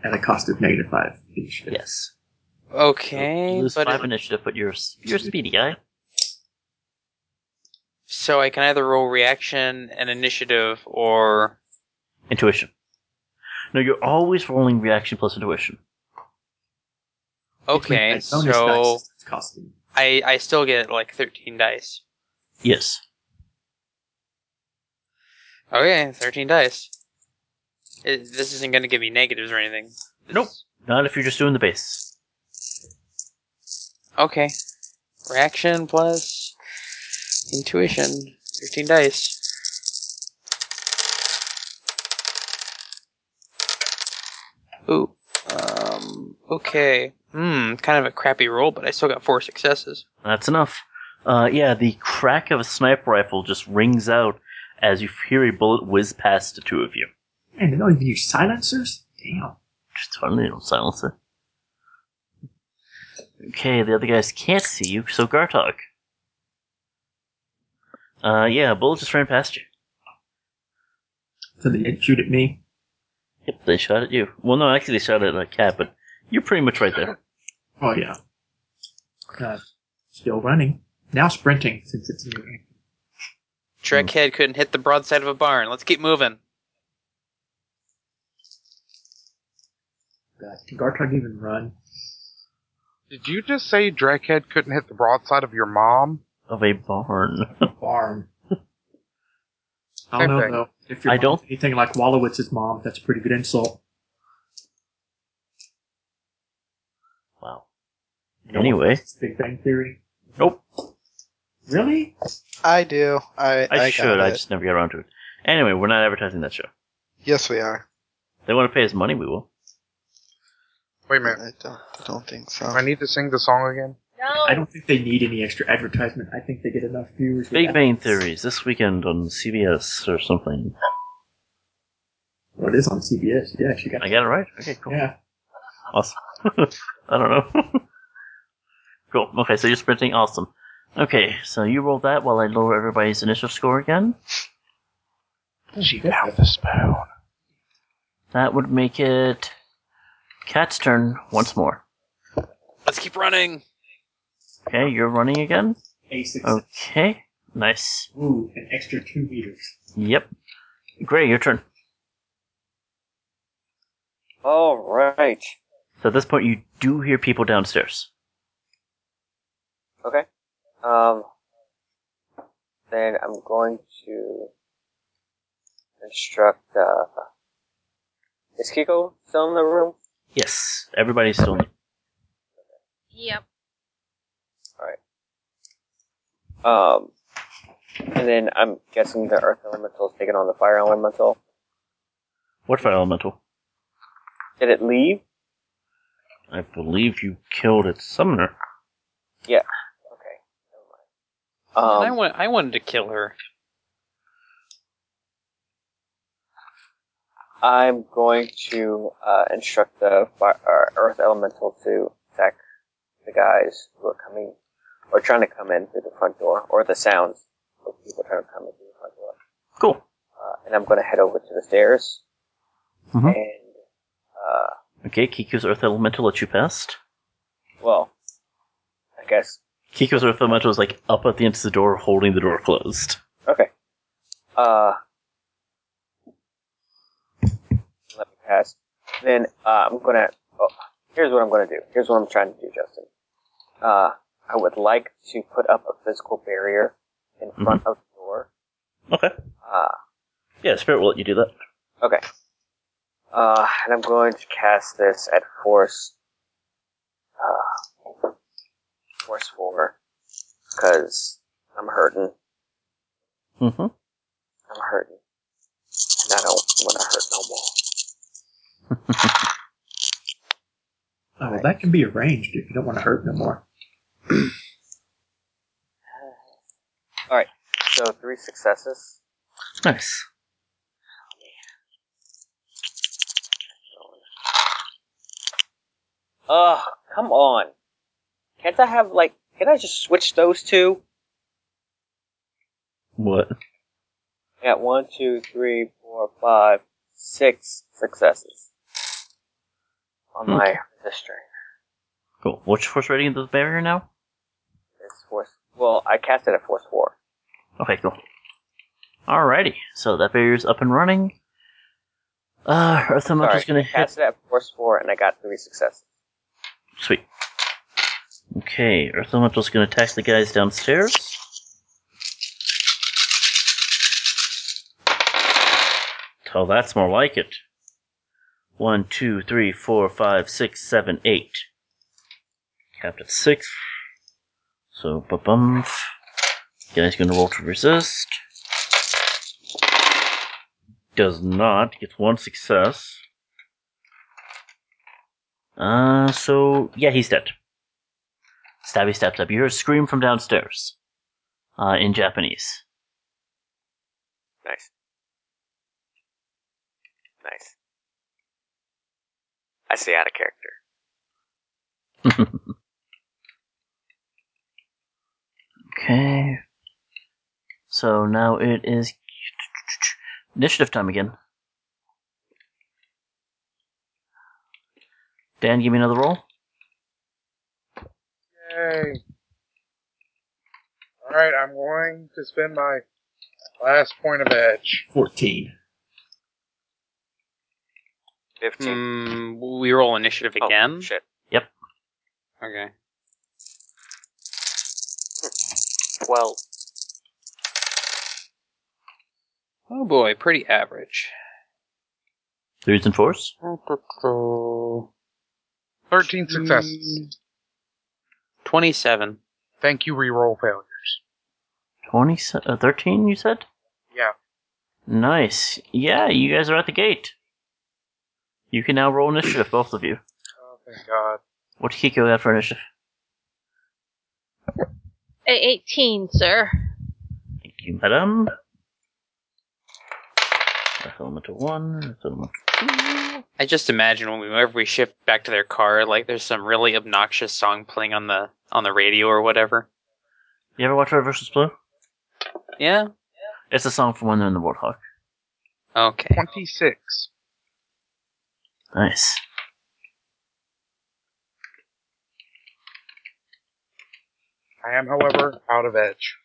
S4: At a cost of negative five initiative.
S1: Yes.
S3: Okay,
S1: you lose
S3: but
S1: five
S3: it-
S1: initiative, but you're s- you're a speedy guy.
S3: so I can either roll reaction and initiative, or
S1: Intuition. No, you're always rolling reaction plus intuition.
S4: Which means
S3: okay,
S4: that bonus
S3: so
S4: dice is costing.
S3: I I still get like 13 dice.
S1: Yes.
S3: Okay, 13 dice. It, this isn't going to give me negatives or anything. This-
S1: Nope. Not if you're just doing the base.
S3: Okay. Reaction plus intuition. 13 dice. Ooh. Um, okay. Hmm, kind of a crappy roll, but I still got four successes.
S1: That's enough. Uh, yeah, the crack of a sniper rifle just rings out as you hear a bullet whiz past the two of you.
S4: Man, they don't even use silencers? Damn.
S1: Just totally don't silence it. Okay, the other guys can't see you, so Gartog. Uh, yeah, a bullet just ran past you.
S4: So they didn't shoot at me.
S1: Yep, they shot at you. Well, no, actually, they shot at a cat, but you're pretty much right there.
S4: Oh, yeah. Uh, still running. Now sprinting, since it's new.
S3: Trekhead couldn't hit the broadside of a barn. Let's keep moving.
S4: God, Uh, Can Gartog even run?
S2: Did you just say Drekhead couldn't hit the broadside of your mom?
S1: Of a barn. <laughs>
S4: Farm. <laughs> I don't know,
S2: Perfect.
S4: though. If your
S1: I
S4: mom's
S1: don't-
S4: anything like Wallowitz's mom, that's a pretty good insult.
S1: wow.
S4: You know,
S1: Anyway,
S4: Big Bang Theory.
S1: Nope.
S4: Really?
S6: I do. I,
S1: I,
S6: got
S1: should. I
S6: it.
S1: just never get around to it. Anyway, we're not advertising that show.
S6: Yes, we are.
S1: They want to pay us money, we will.
S2: Wait a
S6: I
S2: minute.
S6: don't, I don't think
S1: Oh.
S6: so.
S2: Do I need to sing the song again?
S5: No.
S4: I don't think they need any extra advertisement. I think they get enough viewers.
S1: Big
S4: without-
S1: Bang Theories this weekend on CBS or something.
S4: Well, it is on CBS. Yeah, she got.
S1: I got it right. Okay, cool.
S4: Yeah.
S1: Awesome. <laughs> I don't know. <laughs> cool. Okay, so you're sprinting. Awesome. Okay, so you roll that while I lower everybody's initial score again.
S2: She found the spoon.
S1: That would make it Cat's turn once more.
S3: Let's keep running.
S1: Okay, you're running again.
S4: A six.
S1: Oh. Okay, nice.
S4: Ooh, an extra two meters.
S1: Yep. Gray, your turn.
S7: All right.
S1: So at this point, you do hear people downstairs.
S7: Okay. Um. Then I'm going to instruct. Uh, is Kiko still in the room?
S1: Yes, everybody's still. in.
S5: Yep.
S7: Um. And then I'm guessing the Earth Elemental is taking on the Fire Elemental.
S1: What fire elemental?
S7: Did it leave?
S1: I believe you killed its summoner.
S7: Okay. Never
S3: I,
S7: mind. Um.
S3: want, I wanted to kill her.
S7: I'm going to uh, instruct the fire, uh, Earth Elemental to attack the guys who are coming or trying to come in through the front door, or the sounds of people trying to come in through the front door.
S1: Cool.
S7: uh, and I'm going to head over to the stairs.
S1: Mhm.
S7: And, uh,
S1: Okay, Kiku's Earth Elemental lets you past.
S7: well, I guess.
S1: Kiko's Earth Elemental is like up at the end of the door, holding the door closed.
S7: Okay. Uh, let me pass. Then uh, I'm going to. Oh, here's what I'm going to do. Here's what I'm trying to do, Justin. Uh, I would like to put up a physical barrier in front of the door.
S1: Okay.
S7: Uh,
S1: Yeah, Spirit will let you do that.
S7: Okay. Uh, and I'm going to cast this at force. Uh, force four, because I'm hurting.
S1: Mm-hmm.
S7: I'm hurting, and I don't want to hurt no more.
S4: Oh, well, that can be arranged if you don't want to hurt no more.
S7: So three successes.
S1: Nice.
S7: Ugh, come on. Can't I have like? Can I just switch those two?
S1: What?
S7: I got one, two, three, four, five, six successes on my district.
S1: Cool. What's your force rating of the barrier now?
S7: It's force. Well, I cast it at force four.
S1: Okay, cool. Alrighty, so that barrier's up and running. Uh, Earth
S7: Sorry,
S1: Elemental's gonna hit.
S7: cast it at force four, and I got three successes.
S1: Sweet. Okay, Earth Elemental's gonna attack the guys downstairs. Oh, that's more like it. One, two, three, four, five, six, seven, eight. Capped at six. So, ba bum. Guy's gonna roll to resist. Does not. Gets one success. Uh, so yeah, he's dead. Stabby stab stab. You hear a scream from downstairs. Uh, in Japanese.
S7: Nice. Nice. I say out of character.
S1: Okay. So now it is initiative time again. Dan, give me another roll.
S2: Yay. Alright, I'm going to spend my last point of edge.
S4: 14.
S7: 15.
S3: Mm, we roll initiative
S7: Oh,
S3: again.
S7: shit.
S3: Okay.
S7: 12.
S3: Oh boy, pretty average.
S1: Threes and fours.
S2: 13
S1: Hmm.
S2: successes.
S3: Twenty-seven.
S2: Thank you, reroll failures.
S1: 20, se- uh, 13, you said?
S2: Yeah.
S1: Nice. Yeah, you guys are at the gate. You can now roll initiative, both of you.
S2: Oh, thank God.
S1: What Kiko got for initiative?
S5: A 18, sir.
S1: Thank you, madam. Earth Elemental 1, Earth Elemental
S3: I just imagine when we- whenever we shift back to their car, like there's some really obnoxious song playing on the on the radio or whatever.
S1: You ever watch Red vs. Blue?
S3: Yeah.
S1: It's a song from When They're in the Warthog.
S3: Okay.
S2: 26.
S1: Nice.
S2: I am, however, out of edge.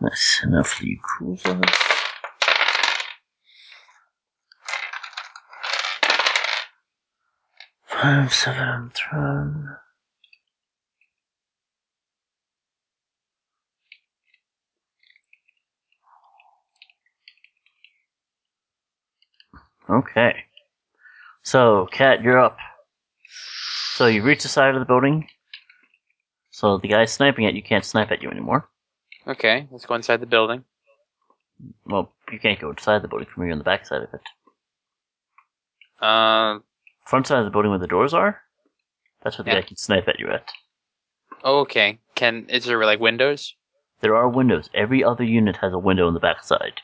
S1: Nice. Enough for you cool fellas. Five, seven, throne. Okay. So, Cat, you're up. So you reach the side of the building. So the guy sniping at you can't snipe at you anymore.
S3: Okay. Let's go inside the building.
S1: Well, you can't go inside the building from here on the back side of it.
S3: Uh.
S1: Front side of the building where the doors are? That's where the
S3: Yeah.
S1: guy can snipe at you at.
S3: Okay. Can is there like windows?
S1: There are windows. Every other unit has a window on the back side.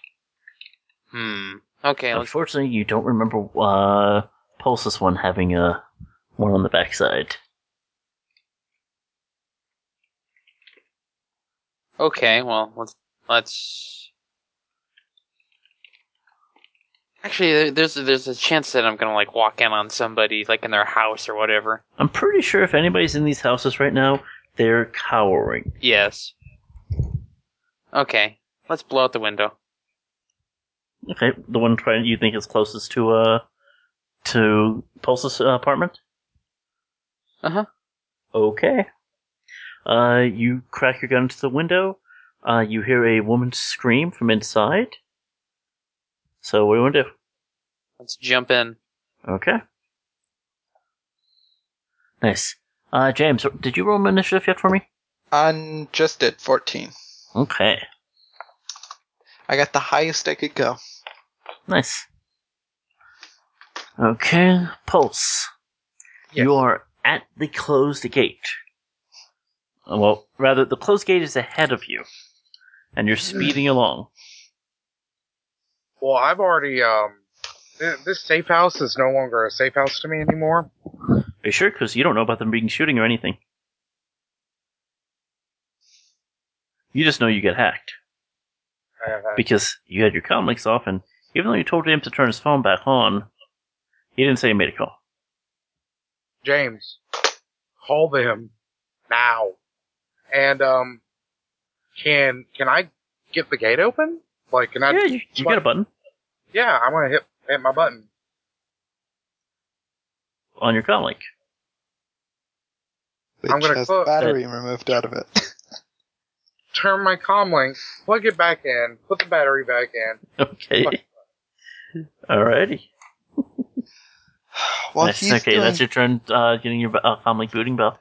S3: Hmm. Okay. Let's,
S1: Unfortunately, you don't remember uh, Pulse's one having a one on the back side.
S3: okay. Well, let's let's. Actually, there- there's there's a chance that I'm gonna like walk in on somebody like in their house or whatever.
S1: I'm pretty sure if anybody's in these houses right now, they're cowering.
S3: Yes. Okay. Let's blow out the window.
S1: Okay, the one trying you think is closest to uh to Pulse's uh, apartment.
S3: Uh huh.
S1: Okay. Uh, you crack your gun into the window. Uh, you hear a woman scream from inside. So what do you want to do?
S3: Let's jump in.
S1: Okay. Nice. Uh, James, did you roll initiative yet for me?
S6: I'm just at 14.
S1: Okay.
S6: I got the highest I could go.
S1: Nice. Okay, Pulse.
S2: Yes.
S1: You are at the closed gate. Uh, Well, rather, the closed gate is ahead of you, and you're speeding along.
S2: Well, I've already, um, th- this safe house is no longer a safe house to me anymore.
S1: Are you sure? Because you don't know about them being shooting or anything. You just know you get hacked
S2: Uh,
S1: because you had your comm links off, and even though you told him to turn his phone back on, he didn't say he made a call.
S2: James, call them now. And, um, can, can I get the gate open? Like, can I?
S1: yeah, you, you got a button
S2: Yeah, I'm gonna hit, hit my button.
S1: on your comm link.
S6: Which
S2: I'm gonna
S6: has
S2: clo-
S6: battery removed out of it. <laughs>
S2: Turn my comlink, plug it back in, put the battery back in.
S1: <laughs> Okay. Alrighty.
S6: While
S1: Nice.
S6: he's
S1: Okay,
S6: doing-
S1: that's your turn uh, getting your uh, comm link booting bell.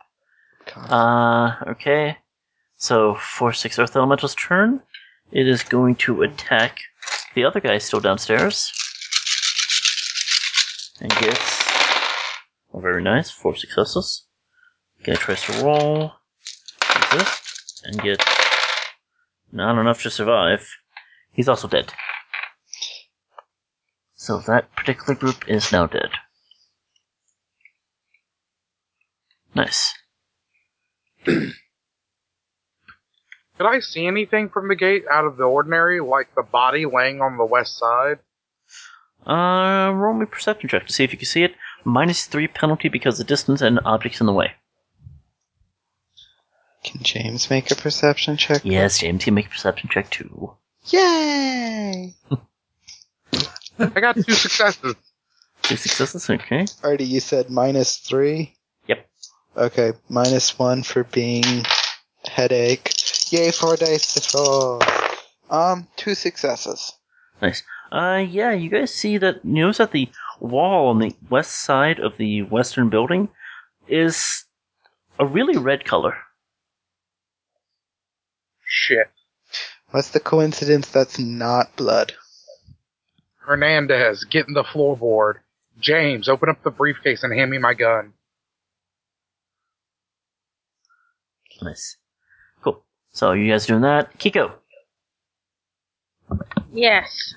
S6: God.
S1: Uh, okay. So, 4 6 Earth Elemental's turn. It is going to attack the other guy still downstairs. And gets. Oh, very nice. Four successes. Guy tries to roll. Like this. And gets not enough to survive. He's also dead. So that particular group is now dead. Nice.
S2: Did I see anything from the gate out of the ordinary, like the body laying on the west side?
S1: Uh, roll me perception check to see if you can see it. Minus three penalty because of distance and objects in the way.
S6: Can James make a perception check?
S1: Yes, James, you make a perception check too.
S6: Yay!
S2: I got two successes.
S1: Two successes, okay.
S6: Artie, you said minus three?
S1: Yep.
S6: Okay, minus one for being headache. Yay, four dice to fall. Um, two successes.
S1: Nice. Uh, yeah, you guys see that, you notice that the wall on the west side of the western building is a really red color.
S2: Shit.
S6: What's the coincidence that's not blood?
S2: Hernandez, get in the floorboard. James, open up the briefcase and hand me my gun.
S1: Nice. Cool. So you guys doing that. Kiko.
S5: Yes.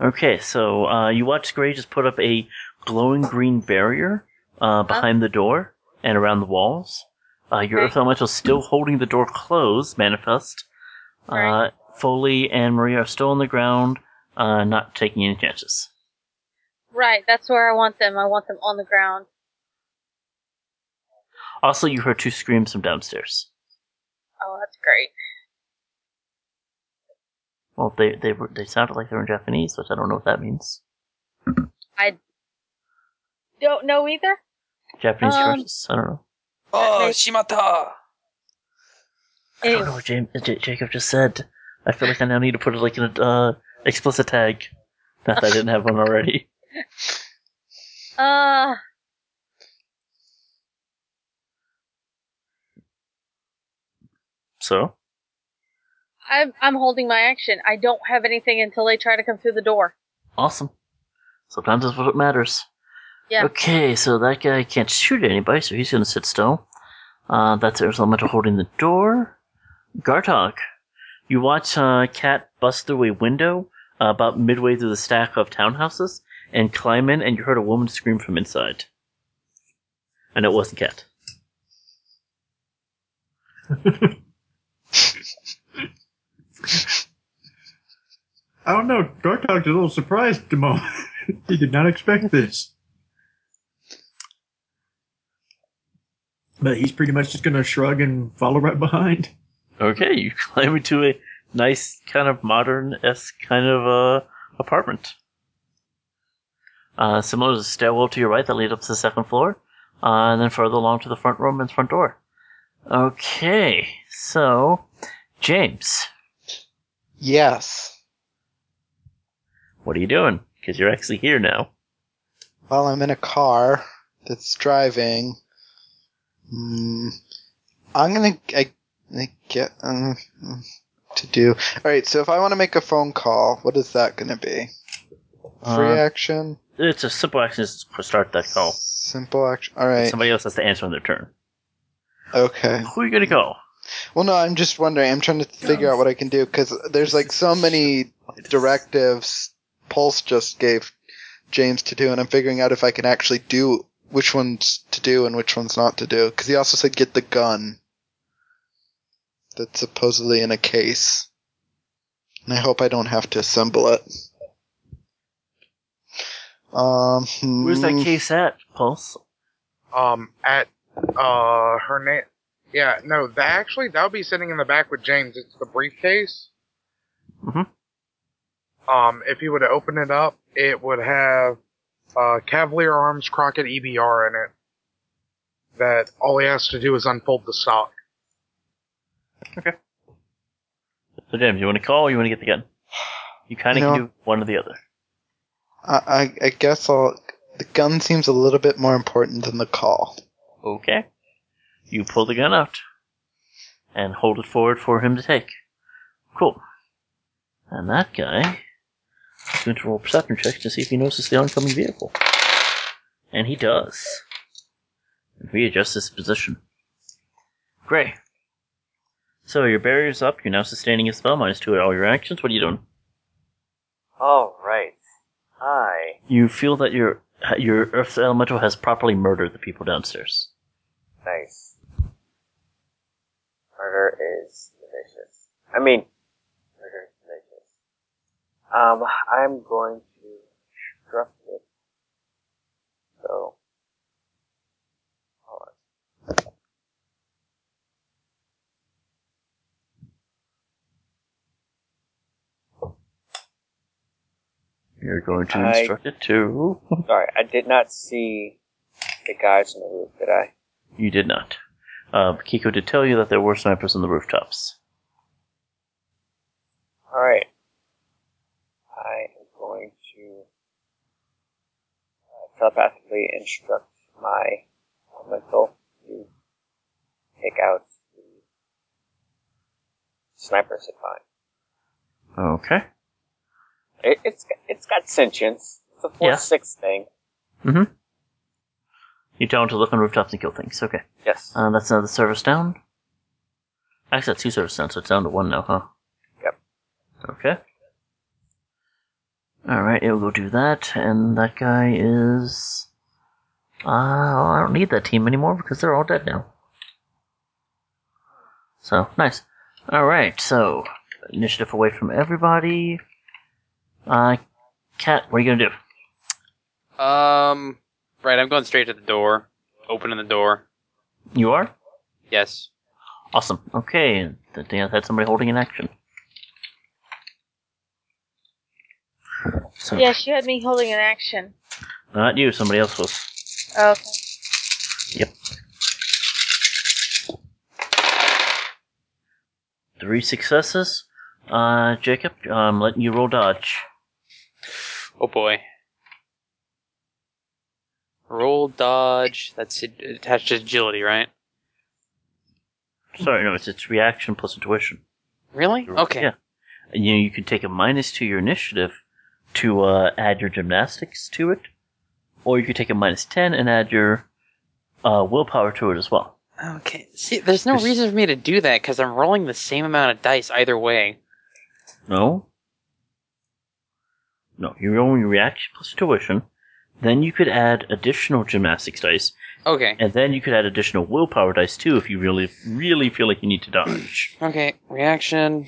S1: Okay, so uh, you watch Gray just put up a glowing green barrier
S5: Uh-huh.
S1: uh, behind the door and around the walls. Uh, your
S5: Okay.
S1: Earth Elemental is still holding the door closed, manifest. Uh,
S5: Right.
S1: Foley and Maria are still on the ground, uh, not taking any chances.
S5: Right, that's where I want them. I want them on the ground.
S1: Also, you heard two screams from downstairs.
S5: Oh, that's great.
S1: Well, they they were they sounded like they were in Japanese, which I don't know what that means.
S5: Don't know either?
S1: Japanese
S5: Um,
S1: curses? I don't know.
S3: Oh,
S5: makes-
S3: Shimata!
S1: I don't know what James, J- Jacob just said. I feel like I now need to put it like in a uh, explicit tag. Not that I didn't have one already.
S5: Uh.
S1: So
S5: I'm I'm holding my action. I don't have anything until they try to come through the door.
S1: awesome. Sometimes that's what it matters.
S5: Yeah.
S1: Okay, so that guy can't shoot anybody, so he's gonna sit still. Uh, that's Ares Elemental holding the door. Gartok, you watch uh, Cat bust through a window uh, about midway through the stack of townhouses and climb in, and you heard a woman scream from inside. And it wasn't Cat.
S8: I don't know. Darktog's a little surprised at the moment. <laughs> he did not expect this. But he's pretty much just going to shrug and follow right behind.
S1: Okay, you <laughs> climb into a nice kind of modern esque kind of uh, apartment. Uh, similar to the stairwell to your right that leads up to the second floor, uh, and then further along to the front room and front door. Okay, so James,
S6: Yes.
S1: what are you doing? Because you're actually here now.
S6: Well, I'm in a car that's driving. Mm, I'm gonna I, I get um, to do. All right, so if I want to make a phone call, what is that gonna be? Free
S1: Uh,
S6: action,
S1: It's a simple action is to start that call.
S6: simple action. All right,
S1: Somebody else has to answer on their turn.
S6: okay.
S1: Who are you gonna go?
S6: Well, no, I'm just wondering. I'm trying to figure out what I can do because there's like so many directives Pulse just gave James to do, and I'm figuring out if I can actually do which ones to do and which ones not to do. Because he also said get the gun that's supposedly in a case, and I hope I don't have to assemble it. Um,
S1: Where's that
S6: hmm,
S1: case at, Pulse?
S2: Um, at, uh, Hernan, yeah, no, that actually, that'll be sitting in the back with James. It's the briefcase.
S1: Mhm.
S2: Um, if you would open it up, it would have, uh, Cavalier Arms Crockett EBR in it. That all he has to do is unfold the stock.
S1: So James, you want to call? or You want to get the gun? You kind of
S6: You know-
S1: can do one or the other.
S6: I, I I guess I'll. The gun seems a little bit more important than the call.
S1: Okay. You pull the gun out and hold it forward for him to take. Cool. And that guy is going to roll perception checks to see if he notices the oncoming vehicle. And he does. And readjusts his position. Gray. So your barrier's up. You're now sustaining a spell minus two at all your actions. What are you doing?
S7: All right. I
S1: You feel that your your Earth's elemental has properly murdered the people downstairs.
S7: nice. Murder is delicious. I mean, murder is delicious. Um, I'm going to instruct it. So, hold on.
S1: You're going to
S7: I-
S1: instruct it to.
S7: Sorry, I did not see the guys on the roof, did I?
S1: you did not. Uh, Kiko did tell you that there were snipers on the rooftops.
S7: Alright. I am going to uh, telepathically instruct my elemental to take out the snipers at mine.
S1: Okay.
S7: It, it's, got- it's got sentience. It's a 4
S1: Yeah.
S7: 6 thing.
S1: Mm-hmm. You tell him to look on rooftops and kill things. Okay.
S7: Yes.
S1: Uh, that's another service down. Actually, that's two service down, so it's down to one now, huh?
S7: Yep.
S1: Okay. Alright, it'll go do that, and that guy is. Uh, I don't need that team anymore because they're all dead now. So, nice. Alright, so, initiative away from everybody. Uh, Cat, what are you gonna do?
S3: Um, right. I'm going straight to the door. Opening the door.
S1: You are?
S3: Yes.
S1: Awesome. Okay, the Dan had somebody holding an action. So,
S5: Yeah, she had me holding an action. Oh,
S1: Not you, somebody else was.
S5: Okay.
S1: Three successes. Uh, Jacob, I'm letting you roll dodge.
S3: Oh boy. Roll dodge. That's it- attached to agility, right?
S1: Sorry, no, it's it's reaction plus intuition.
S3: Really? Okay.
S1: Yeah. And you, you can take a minus to your initiative to uh, add your gymnastics to it, or you could take a minus 10 and add your uh, willpower to it as well.
S3: Okay. See, there's no
S1: This-
S3: reason for me to do that because I'm rolling the same amount of dice either way.
S1: No. No, you're rolling reaction plus intuition. Then you could add additional gymnastics dice,
S3: Okay.
S1: and then you could add additional willpower dice too if you really, really feel like you need to dodge.
S3: Okay. Reaction.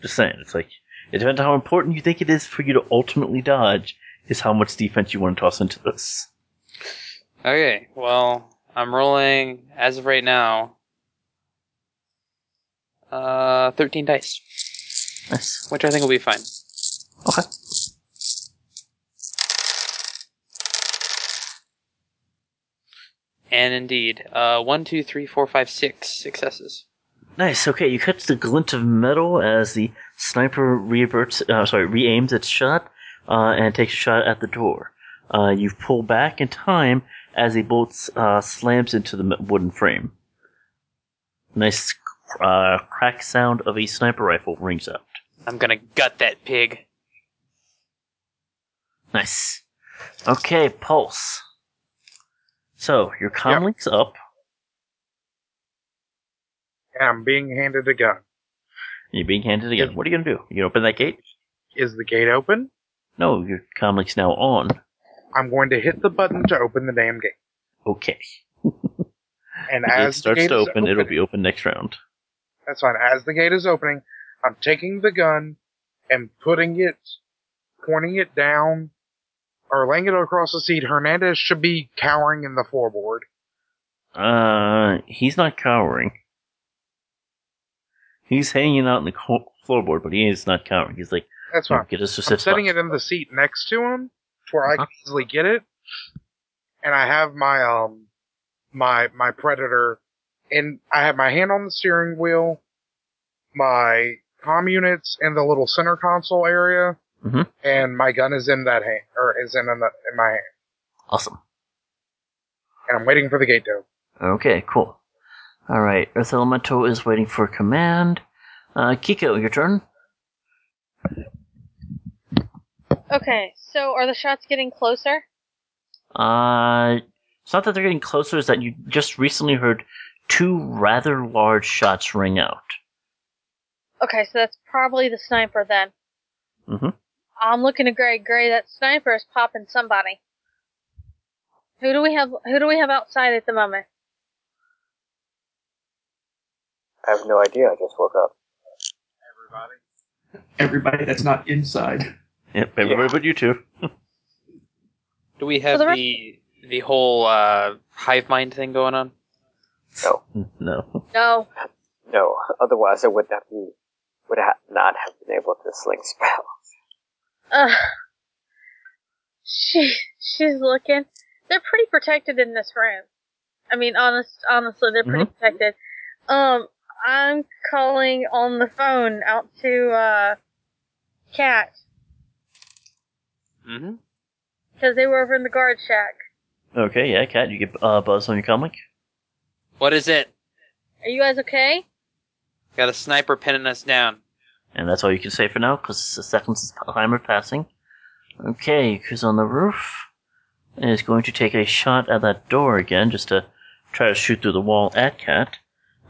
S1: Just saying, it's like it depends on how important you think it is for you to ultimately dodge. Is how much defense you want to toss into this.
S3: Okay. Well, I'm rolling as of right now. Uh, thirteen dice,
S1: Nice.
S3: which I think will be fine.
S1: Okay.
S3: And indeed, uh, one, two, three, four, five, six successes.
S1: Nice. Okay, you catch the glint of metal as the sniper reverts. Uh, sorry, re-aims its shot uh, and takes a shot at the door. Uh, you pull back in time as the bolt uh, slams into the me- wooden frame. Nice uh, crack sound of a sniper rifle rings out.
S3: I'm gonna gut that pig.
S1: Nice. Okay, pulse. So your comlink's up.
S2: And I'm being handed a gun.
S1: and You're being handed again. What are you gonna do? You gonna open that gate?
S2: Is the gate open?
S1: No, your comlink's now on.
S2: I'm going to hit the button to open the damn gate.
S1: Okay.
S2: And
S1: If it
S2: as the
S1: starts
S2: gate
S1: to
S2: is
S1: open, it'll
S2: opening-
S1: be open next round.
S2: That's fine. As the gate is opening, I'm taking the gun and putting it, pointing it down, or laying it across the seat. Hernandez should be cowering in the floorboard.
S1: Uh, he's not cowering. He's hanging out in the co- floorboard, but he is not cowering. He's like,
S2: That's
S1: "You
S2: fine.
S1: get us to
S2: I'm
S1: sit
S2: setting
S1: spot."
S2: it in the seat next to him, to where I
S1: Uh-huh.
S2: can easily get it, and I have my um, my my predator, and I have my hand on the steering wheel, my comm units in the little center console area,
S1: Mhm.
S2: and my gun is in that hand, or is in an- in my hand.
S1: Awesome.
S2: and I'm waiting for the gate to open.
S1: Okay, cool. All right, Earth Elemental is waiting for command. Uh, Kiko, your turn.
S5: Okay, so are the shots getting closer?
S1: Uh, it's not that they're getting closer; it's that you just recently heard two rather large shots ring out.
S5: Okay, so that's probably the sniper then.
S1: Mhm.
S5: I'm looking at Gray. Gray, that sniper is popping somebody. Who do we have? Who do we have outside at the moment?
S7: I have no idea. I just woke up.
S2: Everybody.
S4: Everybody that's not inside.
S1: Yep, everybody
S7: Yeah.
S1: but you two.
S3: Do we have
S5: the rest-
S3: the the whole uh, hive mind thing going on?
S1: No.
S5: No.
S7: No, otherwise I would not be, would ha- not have been able to sling spell.
S5: Ugh. She she's looking. They're pretty protected in this room. I mean, honest, honestly, they're pretty protected. Um, I'm calling on the phone out to uh, Cat
S3: Mm-hmm.
S5: because they were over in the guard shack.
S1: Okay, yeah, Cat, you get uh, buzz on your comic.
S3: What is it?
S5: Are you guys okay?
S3: Got a sniper pinning us down.
S1: And that's all you can say for now, because the seconds time are passing. Okay, who's on the roof? Is going to take a shot at that door again, just to try to shoot through the wall at Cat.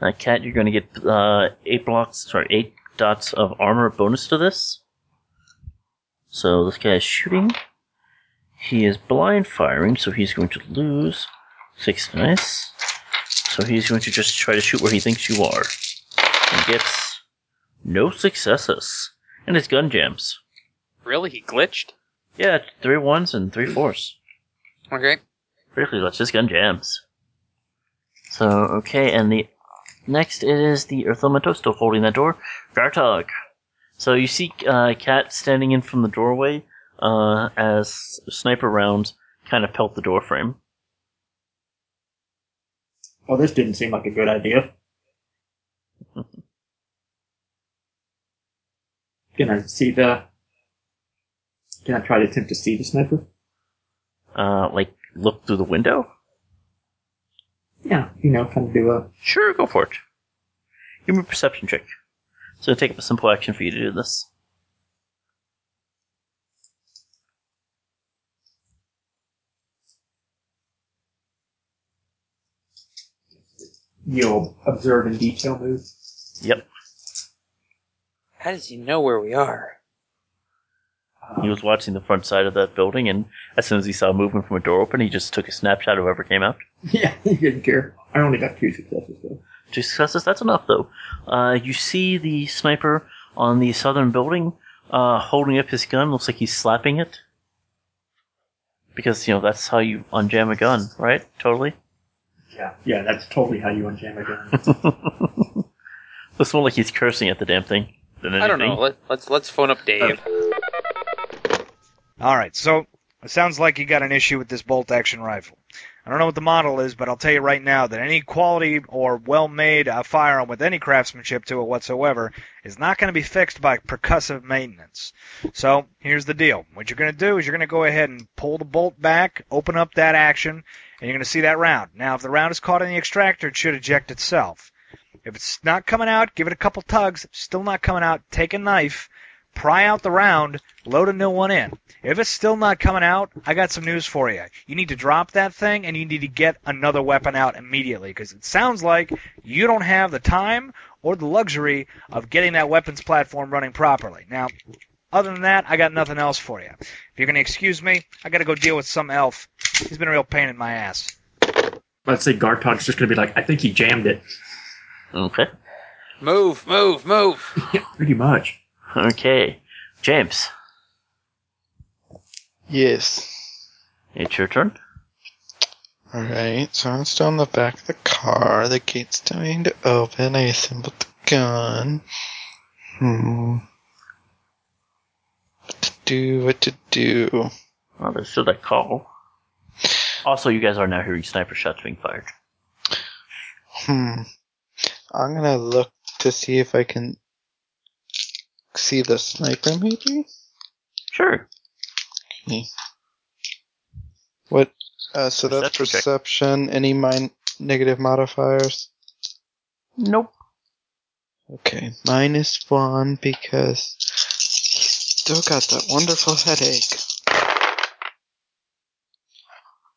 S1: Uh, Cat, you're going to get uh, eight blocks, sorry, eight dots of armor bonus to this. So this guy is shooting. He is blind firing, so he's going to lose six dice. So he's going to just try to shoot where he thinks you are. And gets no successes. And his gun jams.
S3: Really? He glitched?
S1: Yeah, three ones and three fours.
S3: Okay.
S1: Really, that's just gun jams. So, okay, and the next is the Earth Elemental still holding that door. Gartog. So you see uh, Cat standing in from the doorway uh, as sniper rounds kind of pelt the door frame.
S4: Well, this didn't seem like a good idea. Can I see the? Can I try to attempt to see the sniper?
S1: Uh, like, look through the window?
S4: Yeah, you know, kind of do a.
S1: Sure, go for it. Give me a perception check. So it'll take up a simple action for you to do this.
S4: you know, observe in detail move.
S1: Yep.
S3: How does he know where we are?
S1: He was watching the front side of that building, and as soon as he saw movement from a door open, he just took a snapshot of whoever came out.
S4: <laughs> Yeah, he didn't care. I only got two successes though.
S1: Two successes, that's enough, though. Uh, you see the sniper on the southern building uh, holding up his gun. Looks like he's slapping it. Because, you know, that's how you unjam a gun, right? Totally.
S4: Yeah, yeah, that's totally how you unjam a gun.
S1: Looks more like he's cursing at the damn thing than anything.
S3: I don't know. Let, let's let's phone up Dave.
S9: All right, so it sounds like you got an issue with this bolt action rifle. I don't know what the model is, but I'll tell you right now that any quality or well made uh, firearm with any craftsmanship to it whatsoever is not going to be fixed by percussive maintenance. So here's the deal. What you're going to do is you're going to go ahead and pull the bolt back, open up that action, and you're going to see that round. Now, if the round is caught in the extractor, it should eject itself. If it's not coming out, give it a couple tugs. Still not coming out, take a knife, pry out the round, load a new one in. If it's still not coming out, I got some news for you. You need to drop that thing and you need to get another weapon out immediately because it sounds like you don't have the time or the luxury of getting that weapons platform running properly. Now, other than that, I got nothing else for you. If you're going to excuse me, I got to go deal with some elf. He's been a real pain in my ass.
S4: Let's say Gartog's just gonna be like, I think he jammed it.
S1: Okay.
S3: Move, move, move.
S4: Pretty much.
S1: Okay. James,
S6: Yes.
S1: it's your turn.
S6: Alright, so I'm still in the back of the car. The gate's starting to open. I assembled the gun. Hmm. What to do, what to do.
S1: Well, there's still that call. Also, you guys are now hearing sniper shots being fired.
S6: Hmm. I'm gonna look to see if I can see the sniper, maybe?
S1: Sure.
S6: What? Uh, so that's
S1: Perception check.
S6: perception. Any min- negative modifiers?
S1: Nope.
S6: Okay, minus one because he's still got that wonderful headache.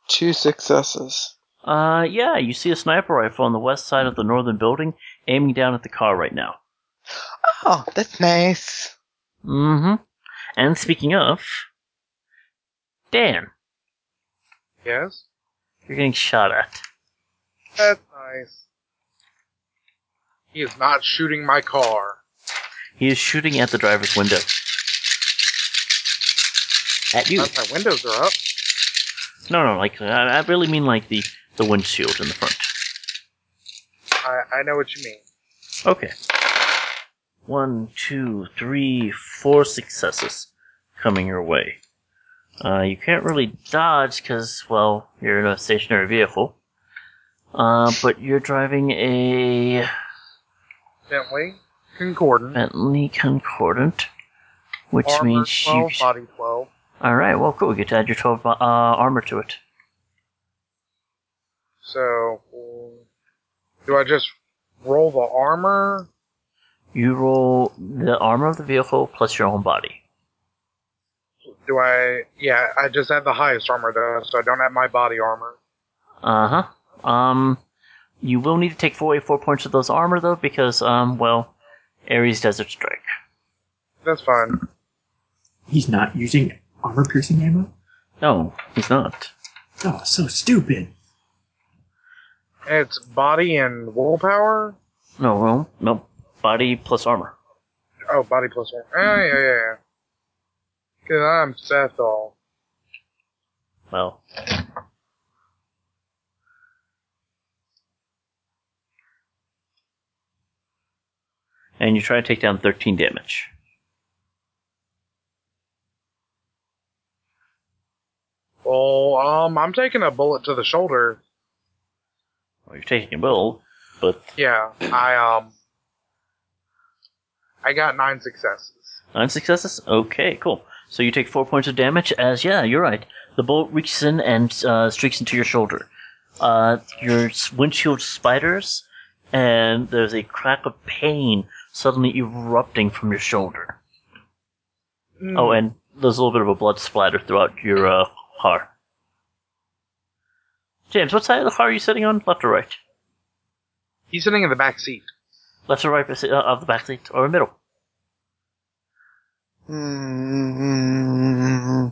S6: Two successes.
S1: Uh, yeah, you see a sniper rifle on the west side of the northern building aiming down at the car right now.
S6: Oh, that's nice.
S1: Mm hmm. And speaking of, Dan,
S2: Yes?
S1: you're getting shot at.
S2: That's nice. He is not shooting my car.
S1: He is shooting at the driver's window. At you.
S2: Not my windows are up.
S1: No, no, like, I, I really mean like the, the windshield in the front.
S2: I, I know what you mean.
S1: Okay. One, two, three, four successes coming your way. Uh, you can't really dodge because, well, you're in a stationary vehicle. Uh, but you're driving a
S2: Bentley, Concordant,
S1: Bentley Concordant, which
S2: armor
S1: means
S2: 12,
S1: you.
S2: body 12.
S1: All right, well, cool. You get to add your 12 bo- uh, armor to it.
S2: So, do I just roll the armor?
S1: You roll the armor of the vehicle plus your own body.
S2: Do I? Yeah, I just had the highest armor though, so I don't have my body armor.
S1: Uh huh. Um, you will need to take away four points of those armor though, because um, well, Ares Desert Strike.
S2: That's fine.
S4: He's not using armor piercing ammo?
S1: No, he's not.
S4: Oh, so stupid.
S2: It's body and willpower.
S1: No, no, no. Body plus armor.
S2: Oh, body plus one. Oh, yeah, yeah, yeah. Cause I'm Sethal.
S1: Well, and you try to take down thirteen damage.
S2: Well, um, I'm taking a bullet to the shoulder.
S1: Well, you're taking a bull, but
S2: Yeah, I um, I got nine successes.
S1: Nine successes? Okay, cool. So you take four points of damage as, yeah, you're right. The bolt reaches in and uh, streaks into your shoulder. Uh, your s- windshield spiders, and there's a crack of pain suddenly erupting from your shoulder. Oh, and there's a little bit of a blood splatter throughout your uh, car. James, what side of the car are you sitting on? Left or right?
S2: He's sitting in the back seat.
S1: Left or right besi- uh, of the back seat, or middle?
S6: Mm-hmm.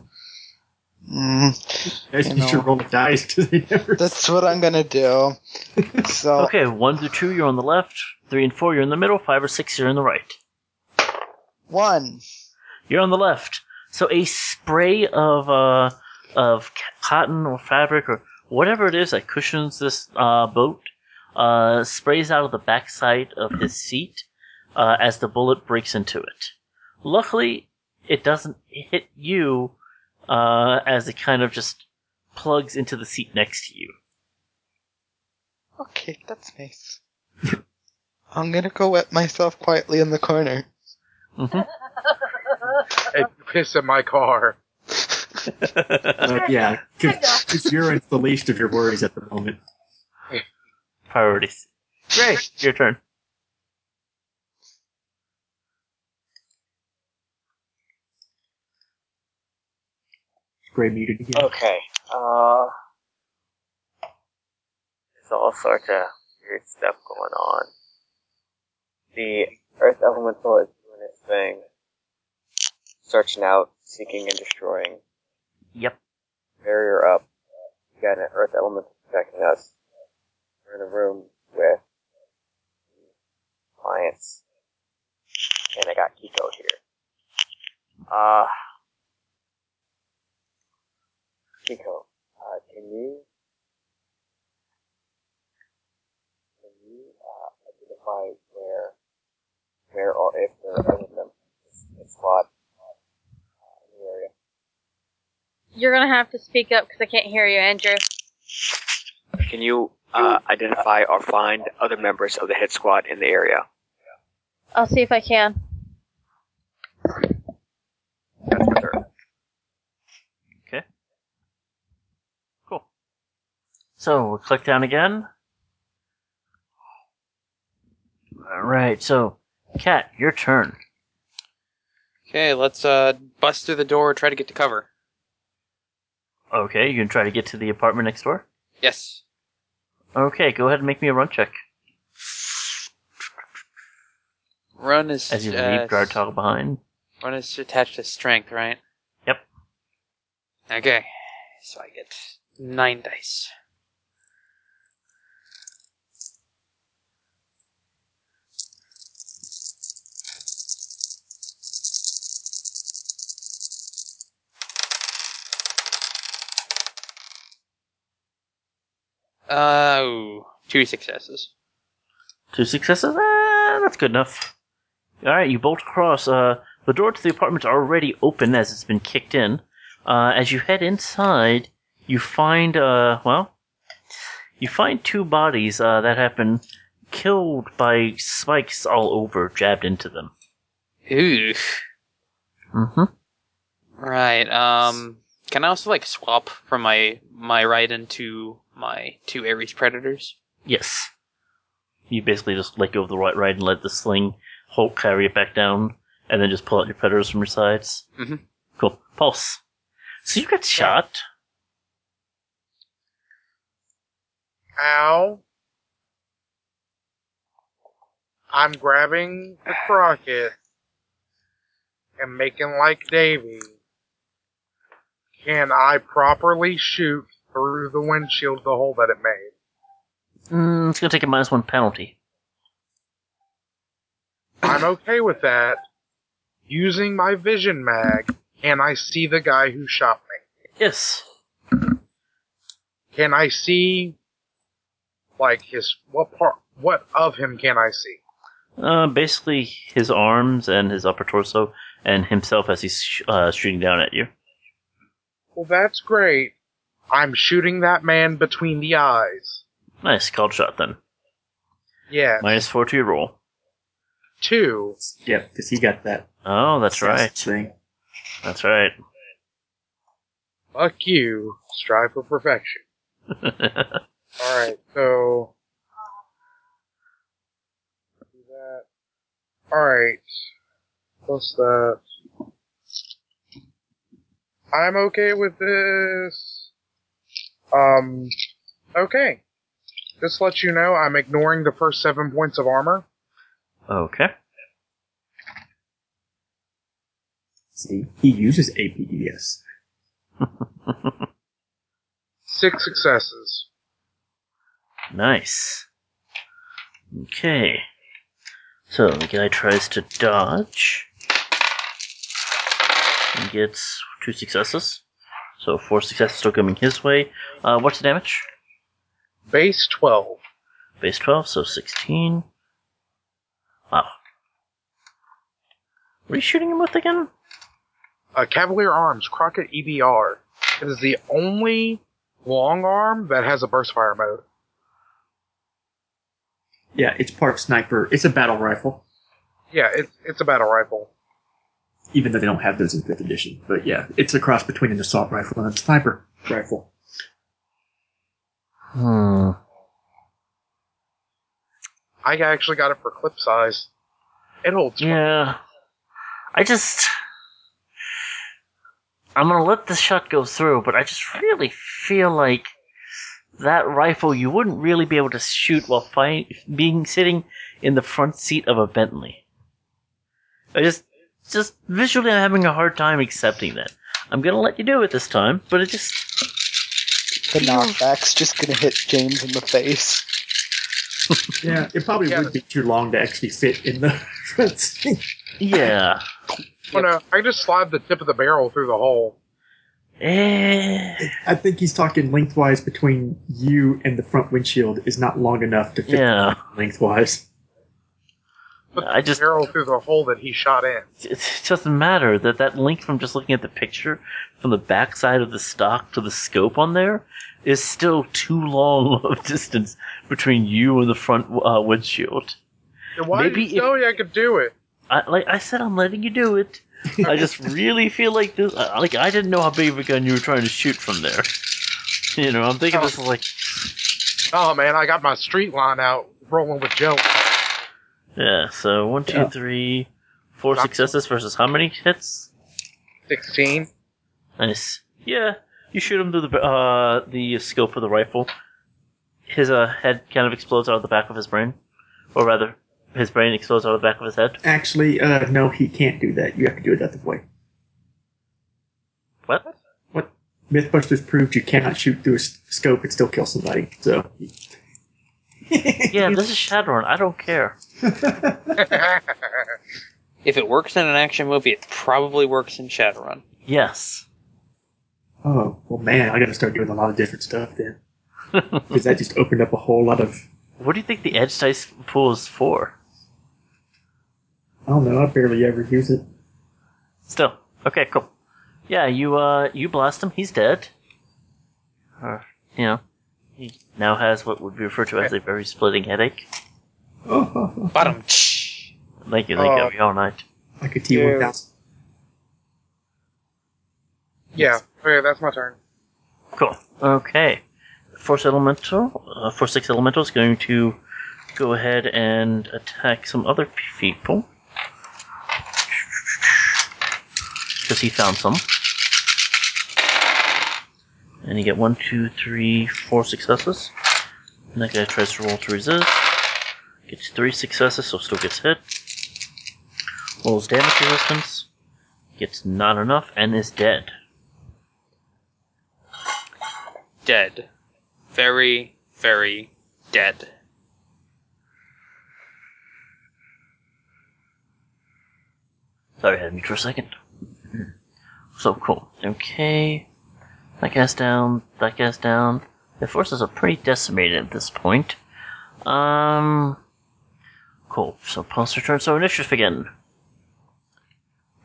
S6: Mm,
S4: Guys,
S6: You
S4: you,
S6: know.
S4: should roll the dice <laughs> because they never.
S6: that's what I'm gonna do. <laughs> So
S1: Okay, one through two, you're on the left. Three and four, you're in the middle. Five or six, you're in the right.
S6: one.
S1: You're on the left. So a spray of uh, of c- cotton or fabric or whatever it is that cushions this uh, boat uh, sprays out of the backside of his seat uh, as the bullet breaks into it. Luckily, it doesn't hit you uh, as it kind of just plugs into the seat next to you.
S6: Okay, that's nice. I'm gonna go wet myself quietly in the corner.
S2: <laughs> If you piss in my car,
S4: Uh, yeah, because urine's the least of your worries at the moment.
S1: Priorities. Great, your turn.
S4: Gray muted
S1: Oh.
S4: again.
S7: Okay. Uh, there's all sorts of weird stuff going on. The Earth Elemental is doing its thing, searching out, seeking, and destroying.
S1: Yep.
S7: Barrier up. We got an Earth Elemental protecting us. We're in a room with clients, and I got Kiko here. Uh, Kiko, uh, can you can you uh, identify where where or if there are any of them in squad uh, in the area?
S5: You're gonna have to speak up because I can't hear you, Andrew.
S10: Can you uh, identify or find other members of the hit squad in the area?
S5: I'll see if I can.
S10: That's the third.
S1: Cool. So we'll click down again. Alright, so Cat, your turn.
S3: Okay, let's uh bust through the door, try to get to cover.
S1: Okay, you can try to get to the apartment next door?
S3: Yes.
S1: Okay, go ahead and make me a run check
S3: Run is
S1: as you
S3: uh,
S1: leave guard toggle behind.
S3: Run is attached to strength, right?
S1: Yep.
S3: Okay, so I get nine dice. Uh, ooh, two successes.
S1: Two successes? Ah, that's good enough. Alright, you bolt across. Uh, the door to the apartment's already open as it's been kicked in. Uh, as you head inside, you find, uh, well, you find two bodies uh, that have been killed by spikes all over jabbed into them.
S3: Ooh.
S1: Mm-hmm.
S3: Right. Um. Can I also like swap from my my right into my two Ares predators?
S1: Yes. You basically just let go of the right ride and let the sling Hulk carry it back down, and then just pull out your predators from your sides.
S3: Mhm.
S1: Cool. Pulse. So you got shot.
S2: Ow. I'm grabbing the Crockett and making like Davy. Can I properly shoot through the windshield the hole that it made?
S1: Mm, it's gonna take a minus one penalty.
S2: I'm okay with that. Using my vision mag, can I see the guy who shot me?
S1: Yes.
S2: Can I see, like his what part, what of him can I see?
S1: Uh, basically, his arms and his upper torso, and himself as he's sh- uh, shooting down at you.
S2: Well, that's great. I'm shooting that man between the eyes.
S1: Nice, called shot then.
S2: Yeah,
S1: Minus four to your roll.
S2: two.
S4: Yep, because he got that
S1: Oh, that's right.
S4: thing.
S1: That's right.
S2: Fuck you. Strive for perfection. All right, so do that. All right, plus that. I'm okay with this. Um, okay. Just to let you know, I'm ignoring the first seven points of armor.
S1: okay.
S4: See, he uses APDS.
S2: Six successes.
S1: Nice. Okay. So the guy tries to dodge. And gets two successes. So four successes still coming his way. Uh, what's the damage?
S2: Base twelve.
S1: Base 12, so 16. Wow. What are you shooting him with again?
S2: uh, Cavalier Arms Crockett EBR. It is the only long arm that has a burst fire mode.
S4: Yeah, it's part sniper. It's a battle rifle,
S2: Yeah, it's it's a battle rifle.
S4: even though they don't have those in fifth edition. But yeah, it's a cross between an assault rifle and a sniper rifle.
S1: Hmm.
S2: I actually got it for clip size. It holds.
S1: Yeah. I just. I'm gonna let this shot go through, but I just really feel like that rifle you wouldn't really be able to shoot while fi- being sitting in the front seat of a Bentley. I just, just visually, I'm having a hard time accepting that. I'm gonna let you do it this time, but it just
S6: The knockback's just gonna hit James in the face.
S4: Yeah, it probably
S2: Yeah.
S4: would be too long to actually fit in the <laughs> front seat.
S1: yeah.
S2: Oh, no, I just slide the tip of the barrel through the hole.
S1: Eh,
S4: I think he's talking lengthwise between you and the front windshield is not long enough to fit
S1: yeah.
S4: lengthwise.
S2: But
S1: I just
S2: Barrel through the hole that he shot in.
S1: it doesn't matter that that link from just looking at the picture from the backside of the stock to the scope on there is still too long <laughs> of distance between you and the front uh, windshield.
S2: And why
S1: Maybe
S2: did you tell me I could do it?
S1: I, like I said, I'm letting you do it. I just really feel like this. I- Like I didn't know how big of a gun you were trying to shoot from there. You know, I'm thinking this is like,
S2: Oh man, I got my street line out rolling with Joe. <laughs>
S1: yeah. So one, two,
S4: Yeah.
S1: three, four
S2: Not-
S1: successes versus how many hits?
S2: Sixteen.
S1: Nice. Yeah, you shoot him through the uh the scope of the rifle. his uh, head kind of explodes out of the back of his brain, or rather, his brain explodes out of the back of his head.
S4: Actually, uh, no, he can't do that. You have to do it that way.
S1: What?
S4: What? MythBusters proved you cannot shoot through a s- scope and still kill somebody. So
S1: yeah, this is Shadowrun. I don't care.
S3: If it works in an action movie, it probably works in Shadowrun.
S1: Yes. <laughs>
S4: Oh, well, man, I gotta start doing a lot of different stuff then. Because that just opened up a whole lot of.
S1: What do you think the edge dice pool is for?
S4: I don't know, I barely ever use it.
S1: Still, okay, cool. Yeah, you uh, you blast him. He's dead. Or you know, he now has what would be referred to as a very splitting headache.
S4: Oh,
S3: <sniffs> Bottom.
S1: Thank you, thank you.
S2: Oh.
S1: I'll be all night.
S4: Like a T1000.
S2: Yeah. Okay, that's my turn.
S1: Cool. Okay. Force Elemental, uh, Force 6 Elemental is going to go ahead and attack some other people. Because he found some. And you get one, two, three, four successes. And that guy tries to roll to resist. Gets three successes, so still gets hit. Rolls damage resistance. Gets not enough, and is dead.
S3: Dead. Very, very dead.
S1: Sorry, I had me for a second. So cool. Okay. That guy's down. That guy's down. The forces are pretty decimated at this point. Um. Cool. So Pulse returns. So initiative again.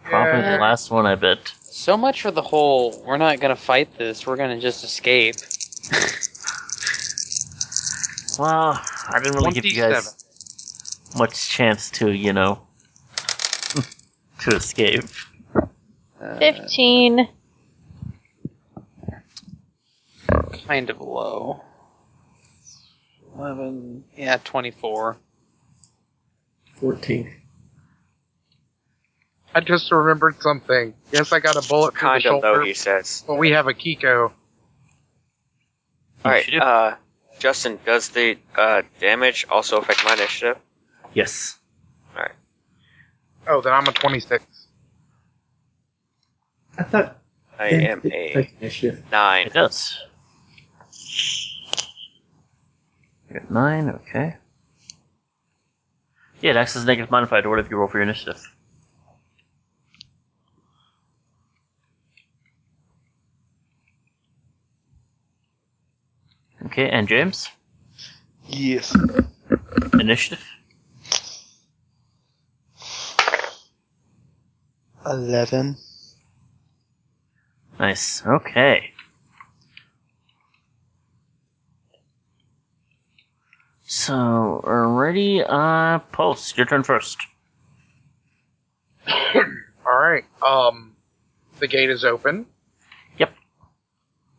S1: Probably the
S3: Yeah.
S1: last one, I bet.
S3: So much for the whole, we're not gonna fight this, we're gonna just escape.
S1: Well, I didn't really give you guys much chance to, you know, <laughs> to escape.
S5: 15.
S3: Kind of low. 11, yeah, 24.
S4: 14.
S2: I just remembered something. Yes, I got a bullet through the
S10: Kind of
S2: shoulder,
S10: low, he says.
S2: but we have a Kiko.
S10: All right,
S1: Initiative?
S10: uh, Justin, does the uh, damage also affect my initiative? uh,
S1: Yes.
S2: Oh, then I'm a 26.
S4: I thought.
S10: I
S4: Yeah,
S10: am
S4: it-
S10: a
S4: like initiative.
S10: nine.
S1: It does. You got nine, okay. Yeah, it acts as a negative modifier to whatever you roll for your initiative. Okay, and James,
S6: Yes.
S1: initiative.
S6: 11.
S1: Nice. Okay. So, already, uh, Pulse, your turn first.
S2: All right. Um, the gate is open.
S1: Yep.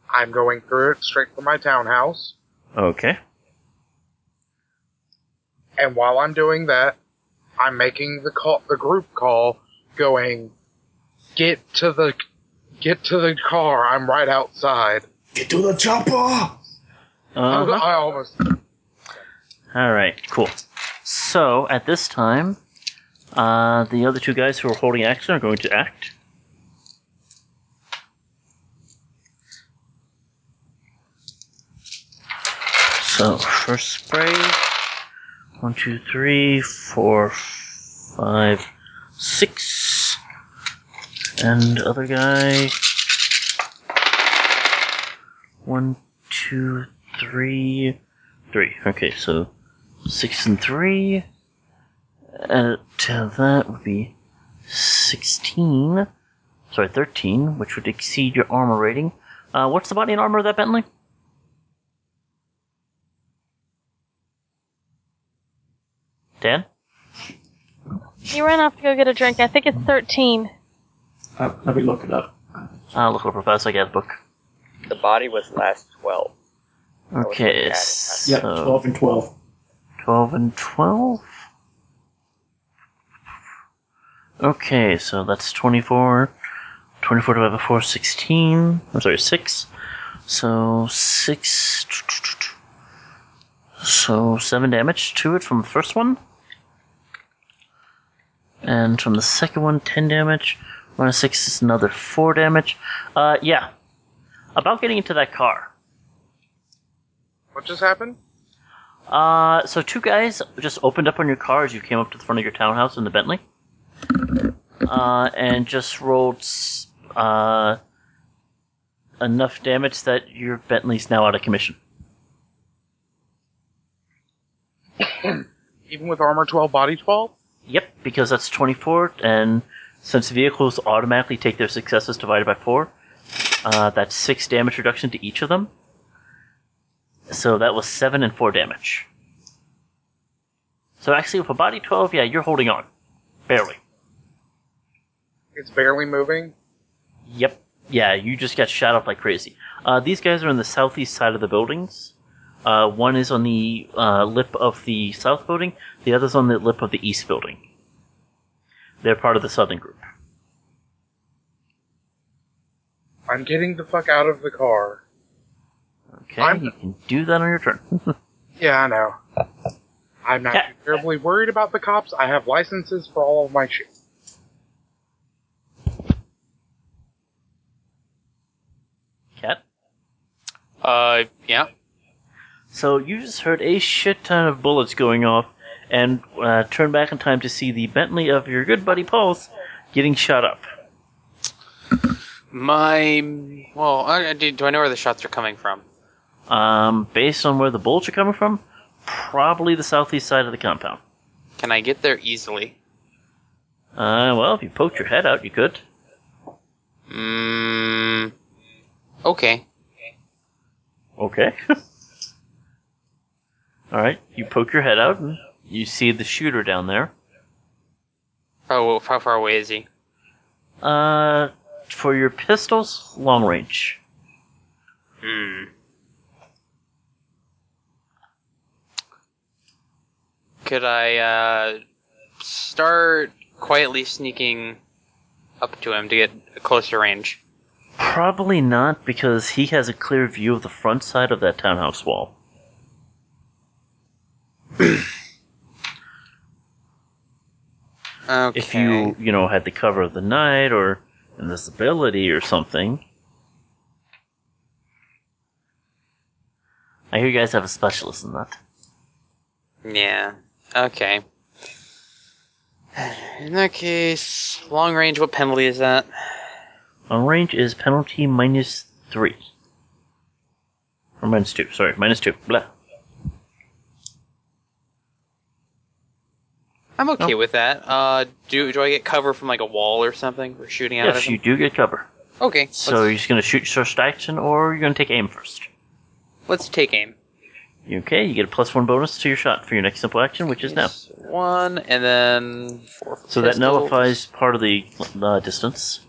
S2: I'm going through it straight for my townhouse.
S1: Okay.
S2: And while I'm doing that, I'm making the call, the group call, going, get to the, get to the car. I'm right outside. <laughs>
S4: Get to the chopper!
S1: Uh-huh.
S2: I almost.
S1: All right, cool. So at this time, uh, the other two guys who are holding action are going to act. So first spray, one, two, three, four, five, six, and other guy, one, two, three, three. Okay, so six and three. Add it to that would be sixteen. Sorry, thirteen, which would exceed your armor rating. Uh, what's the body and armor of that Bentley? Dan,
S5: You ran off to go get a drink. I think it's 13.
S4: Uh, let me look it up.
S1: I'll Uh, look over fast. I got a book.
S7: The body was last 12.
S1: Okay,
S7: Yeah,
S1: so
S4: Yep, 12 and 12.
S1: 12 and 12. Okay, so that's 24. 24 divided by 4, 16. I'm sorry, 6. So 6. So seven damage to it from the first one. And from the second one, ten damage. Minus six is another four damage. Uh, yeah. About getting into that car.
S2: What just happened?
S1: Uh, so two guys just opened up on your car as you came up to the front of your townhouse in the Bentley. Uh, and just rolled, s- uh, enough damage that your Bentley's now out of commission.
S2: Even with armor 12, body 12?
S1: Yep, because that's 24, and since vehicles automatically take their successes divided by 4, uh, that's 6 damage reduction to each of them. So that was 7 and 4 damage. So actually, with a body 12, yeah, you're holding on. Barely.
S2: It's barely moving.
S1: Yep. Yeah, you just got shot up like crazy. Uh, these guys are on the southeast side of the buildings. Uh, one is on the uh, lip of the south building, the other's on the lip of the east building. They're part of the southern group.
S2: I'm getting the fuck out of the car.
S1: Okay,
S2: I'm-
S1: you can do that on your turn.
S2: Yeah, I know. I'm not
S1: Yeah.
S2: too terribly worried about the cops. I have licenses for all of my shit.
S1: Cat.
S3: Uh, yeah.
S1: So you just heard a shit ton of bullets going off, and uh, turn back in time to see the Bentley of your good buddy Pulse getting shot up.
S3: My well, I, I- do, do I know where the shots are coming from?
S1: Um, based on where the bullets are coming from, probably the southeast side of the compound.
S3: Can I get there easily?
S1: Uh, well, if you poked your head out, you could.
S3: Mm, okay.
S1: Okay. <laughs> All right, you poke your head out, and you see the shooter down there.
S3: How, how far away is he?
S1: Uh, for your pistols, long range.
S3: Hmm. Could I uh, start quietly sneaking up to him to get a closer range?
S1: Probably not, because he has a clear view of the front side of that townhouse wall.
S3: Okay.
S1: If you, you know, had the cover of the night or invisibility or something. I hear you guys have a specialist in that.
S3: Yeah. Okay. In that case, long range. What penalty is that?
S1: On range is penalty minus three. Or minus two, sorry, minus two. Blah.
S3: I'm okay with that. Uh, do do I get cover from like a wall or something? Or shooting out of
S1: Yes,
S3: them?
S1: you do get cover.
S3: Okay.
S1: So you're
S3: let's,
S1: just gonna shoot your first action or you're gonna take aim first.
S3: let's take aim.
S1: Okay, you get a plus one bonus to your shot for your next simple action, which is now.
S3: Yes, One and then four. for
S1: So that
S3: pistols,
S1: nullifies part of the uh, distance.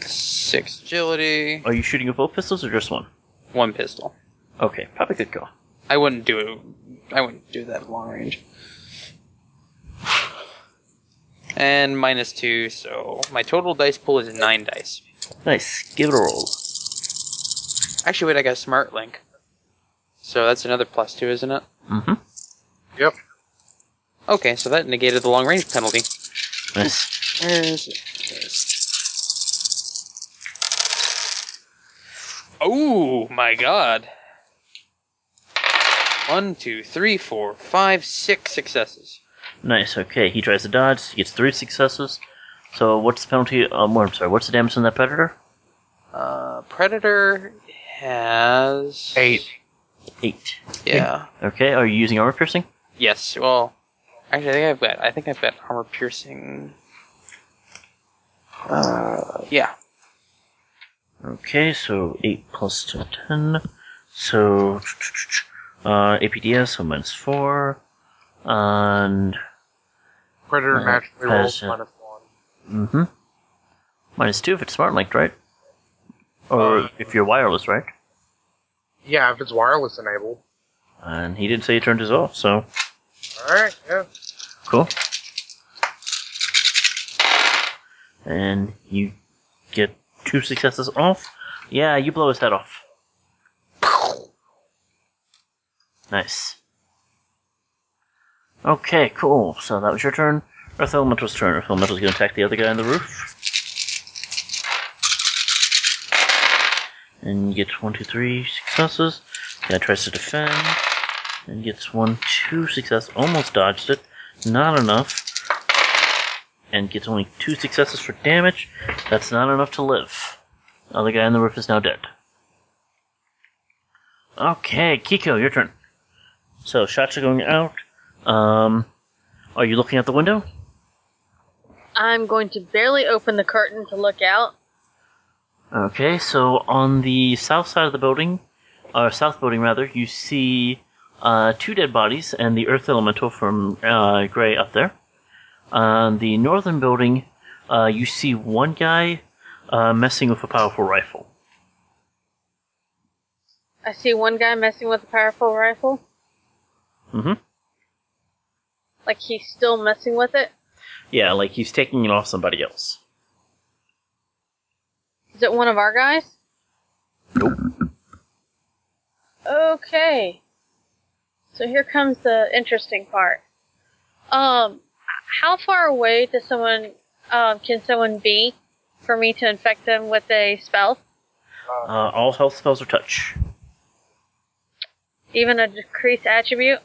S3: six agility.
S1: Are you shooting with both pistols or just one?
S3: One pistol.
S1: Okay, probably good call.
S3: I wouldn't do it. I wouldn't do that long range. And minus two, so my total dice pool is nine dice.
S1: Nice, give it a roll.
S3: Actually, wait, I got a smart link. So that's another plus two, isn't it?
S1: Mm-hmm.
S2: Yep.
S3: Okay, so that negated the long range penalty.
S1: Nice.
S3: Where is it? There it is. Oh my god. One, two, three, four, five, six successes.
S1: Nice, okay. He tries to dodge, he gets three successes. So what's the penalty? Um, I'm sorry, what's the damage on that predator?
S3: Uh, Predator has.
S2: Eight.
S1: Eight.
S3: Yeah.
S1: Okay, are you using armor piercing?
S3: Yes, well. Actually, I think I've got. I think I've got armor piercing. Uh, yeah.
S1: Okay, so 8 plus two, 10. So, uh, APDS, so minus 4. And,
S2: Predator
S1: Uh,
S2: naturally rolls
S1: passion.
S2: minus one.
S1: mm-hmm. Minus 2 if it's smart linked, right? Or
S2: Uh,
S1: if you're wireless, right?
S2: Yeah, if it's wireless enabled.
S1: And he didn't say he turned his off, so,
S2: Alright, yeah.
S1: cool. And you get two successes off. Yeah, you blow his head off. Nice. Okay, cool. So that was your turn. Earth Elemental's turn. Earth Elemental's going to attack the other guy on the roof. And gets one, two, three successes. Guy tries to defend. And gets one, two success. Almost dodged it. Not enough. And gets only two successes for damage. That's not enough to live. The other guy on the roof is now dead. Okay, Kiko, your turn. So shots are going out. Um, are you looking out the window?
S5: I'm going to barely open the curtain to look out.
S1: Okay, so on the south side of the building, or south building rather, you see uh, two dead bodies and the earth elemental from uh, Gray up there. On the northern building, uh, you see one guy uh, messing with a powerful rifle.
S5: I see one guy messing with a powerful rifle.
S1: Mm-hmm.
S5: Like he's still messing with it.
S1: Yeah, like he's taking it off somebody else.
S5: Is it one of our guys? Nope. Okay. So here comes the interesting part. Um, how far away does someone, um, can someone be for me to infect them with a spell?
S1: Uh, all health spells are touch.
S5: Even a decreased attribute?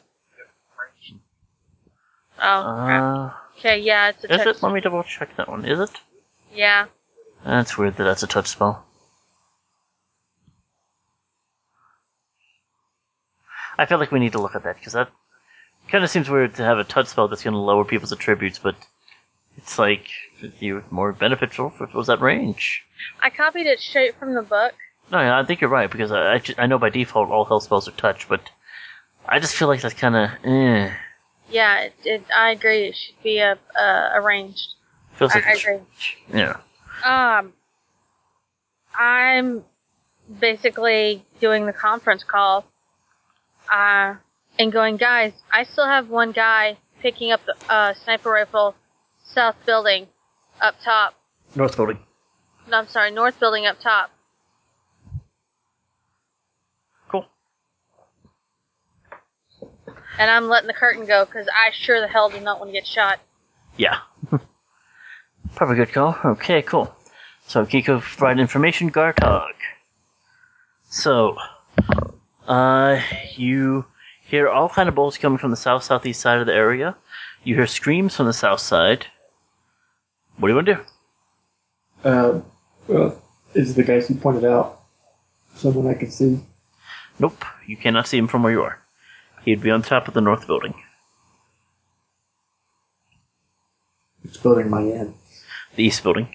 S5: Oh,
S1: Uh,
S5: okay, yeah, it's a
S1: is
S5: touch.
S1: it? Let me double check that one. Is it?
S5: Yeah.
S1: That's weird that that's a touch spell. I feel like we need to look at that because that kind of seems weird to have a touch spell that's going to lower people's attributes, but it's like you more beneficial if it was at range.
S5: I copied it straight from the book.
S1: No, yeah, I think you're right because I I, ju- I know by default all health spells are touch, but I just feel like that's kind of eh.
S5: Yeah, it, it, I agree. It should be a, uh, arranged.
S1: feels
S5: I,
S1: like
S5: I
S1: it's-
S5: agree.
S1: yeah.
S5: Um, I'm basically doing the conference call, uh, and going, guys. I still have one guy picking up the uh, sniper rifle, south building, up top.
S1: North building.
S5: No, I'm sorry, north building up top.
S1: Cool.
S5: And I'm letting the curtain go because I sure the hell do not want to get shot.
S1: Yeah. <laughs> Probably good call. Okay, cool. So Kiko provided information, Gartog. So uh you hear all kind of bolts coming from the south southeast side of the area. You hear screams from the south side. What do you want to do?
S4: Uh, well, is the guys you pointed out someone I can see?
S1: Nope, you cannot see him from where you are. He'd be on top of the north building.
S4: It's building my end.
S1: The east building.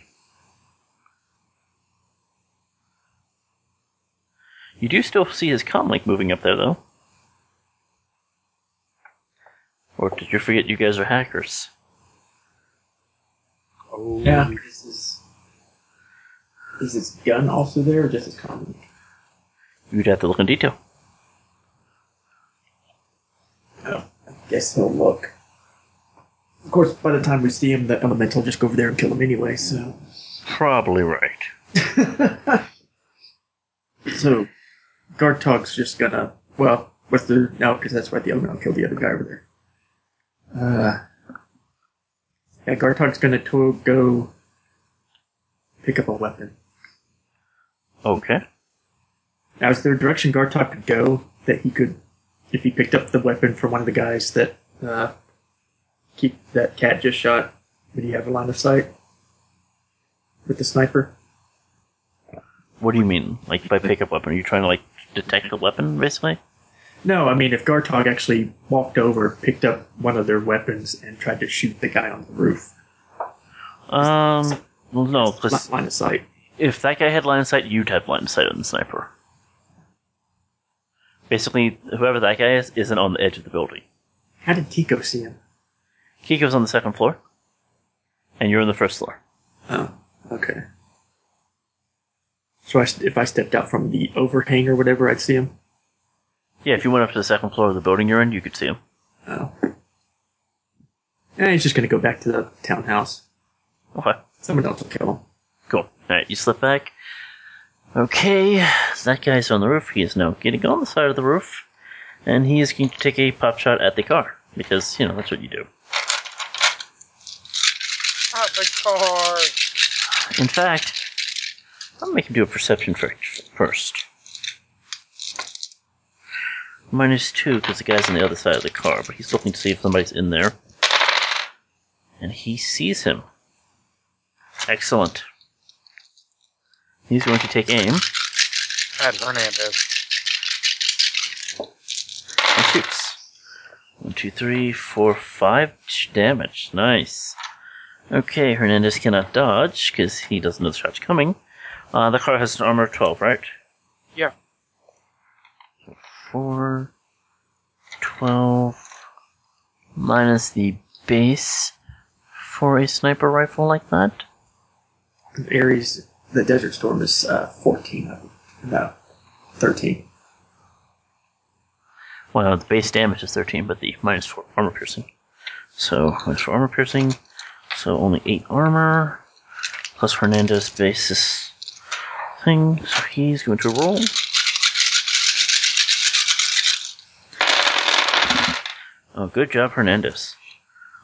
S1: You do still see his comlink moving up there, though. Or did you forget you guys are hackers? Oh.
S4: Yeah. This is, is his gun also there or just his common?
S1: You'd have to look in detail.
S4: Guess he'll look. Of course, by the time we see him, the elemental will just go over there and kill him anyway, so.
S1: Probably right.
S4: So, Guard Tog's just gonna. Well, what's the. No, because that's right, the elemental killed the other guy over there. Uh. Yeah, Guard Tog's gonna to- go. pick up a weapon.
S1: Okay.
S4: Now, is there a direction Gartok could go that he could, if he picked up the weapon from one of the guys that uh, keep that cat just shot? Would he have a line of sight with the sniper?
S1: What do you mean? Like by pickup weapon? Are you trying to like detect the weapon, basically?
S4: No, I mean if Gartok actually walked over, picked up one of their weapons, and tried to shoot the guy on the roof,
S1: Um, well, no,
S4: not
S1: 'cause
S4: line of sight.
S1: if that guy had line of sight, you'd have line of sight on the sniper. Basically, whoever that guy is isn't on the edge of the building.
S4: How did Kiko see him?
S1: Kiko's on the second floor, and you're on the first floor.
S4: Oh, okay. So I, if I stepped out from the overhang or whatever, I'd see him.
S1: Yeah, if you went up to the second floor of the building you're in, you could see him.
S4: Oh. And Eh, he's just gonna go back to the townhouse.
S1: Okay,
S4: Someone else will kill him.
S1: cool. All right, you slip back. Okay, so that guy's on the roof. He is now getting on the side of the roof, and he is going to take a pop shot at the car. because you know that's what you do.
S2: Not the car.
S1: In fact, i will make him do a perception check first. Minus two because the guy's on the other side of the car, but he's looking to see if somebody's in there, and he sees him. Excellent. He's going to take aim
S2: At Hernandez.
S1: and shoots. One, two, three, four, five ch- damage. Nice. Okay, Hernandez cannot dodge because he doesn't know the shot's coming. Uh, the car has an armor of 12, right?
S2: Yeah.
S1: 4, 12, minus the base for a sniper rifle like that.
S4: Ares, the Desert Storm is uh, 14, I believe. No, 13.
S1: Well, the base damage is 13, but the minus 4 armor piercing. So, minus 4 armor piercing. So, only 8 armor. Plus Hernandez base is thing. So, he's going to roll. Oh, good job, Hernandez.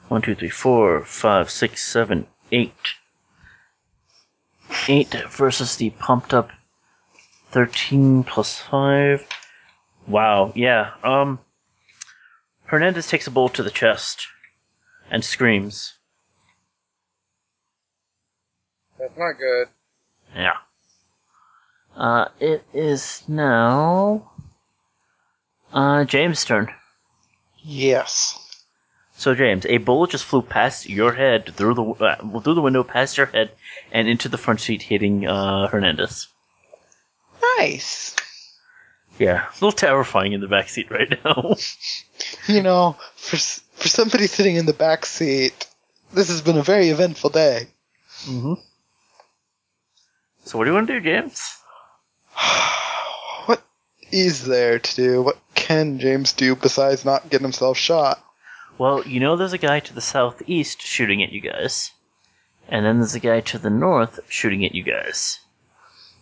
S1: One, two, three, four, five, six, seven, eight. Eight versus the pumped up 13 plus 5. Wow, yeah. Um Hernandez takes a bullet to the chest and screams.
S2: That's not good.
S1: Yeah. Uh it is now uh James' turn.
S6: Yes.
S1: So James, a bullet just flew past your head through the uh, through the window past your head and into the front seat hitting uh Hernandez.
S6: Nice.
S1: Yeah, a little terrifying in the back seat right now. <laughs>
S6: You know, for s- for somebody sitting in the back seat, this has been a very eventful day.
S1: Mm-hmm. So what do you want to do, James?
S6: What is there to do? What can James do besides not get himself shot?
S1: Well, you know there's a guy to the southeast shooting at you guys. And then there's a guy to the north shooting at you guys.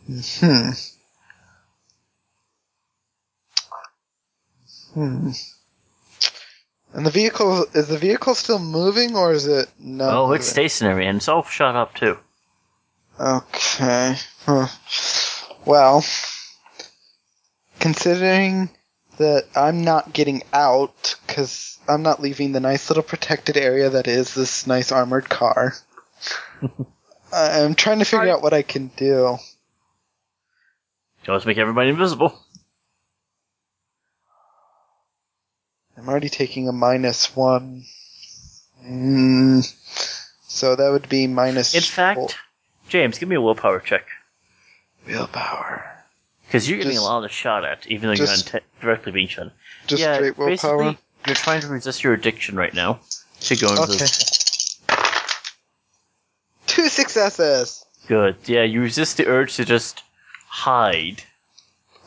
S6: Hmm. Hmm. And the vehicle is the vehicle still moving or is it not?
S1: oh, it's
S6: moving?
S1: stationary and it's all shot up too.
S6: Okay. Huh. Well, considering that I'm not getting out because I'm not leaving the nice little protected area that is this nice armored car, I- I'm trying to figure out what I can do.
S1: You always make everybody invisible.
S6: I'm already taking a minus one. Mm, so that would be minus.
S1: In fact,
S6: four.
S1: James, give me a willpower check.
S6: willpower.
S1: Because you're getting
S6: Just-
S1: a lot of shot at, even though you're not
S6: just-
S1: te- directly being shot.
S6: Just
S1: yeah,
S6: straight willpower.
S1: basically, you're trying to resist your addiction right now to go
S6: Okay.
S1: invisible.
S6: Two successes.
S1: Good. Yeah, you resist the urge to just hide.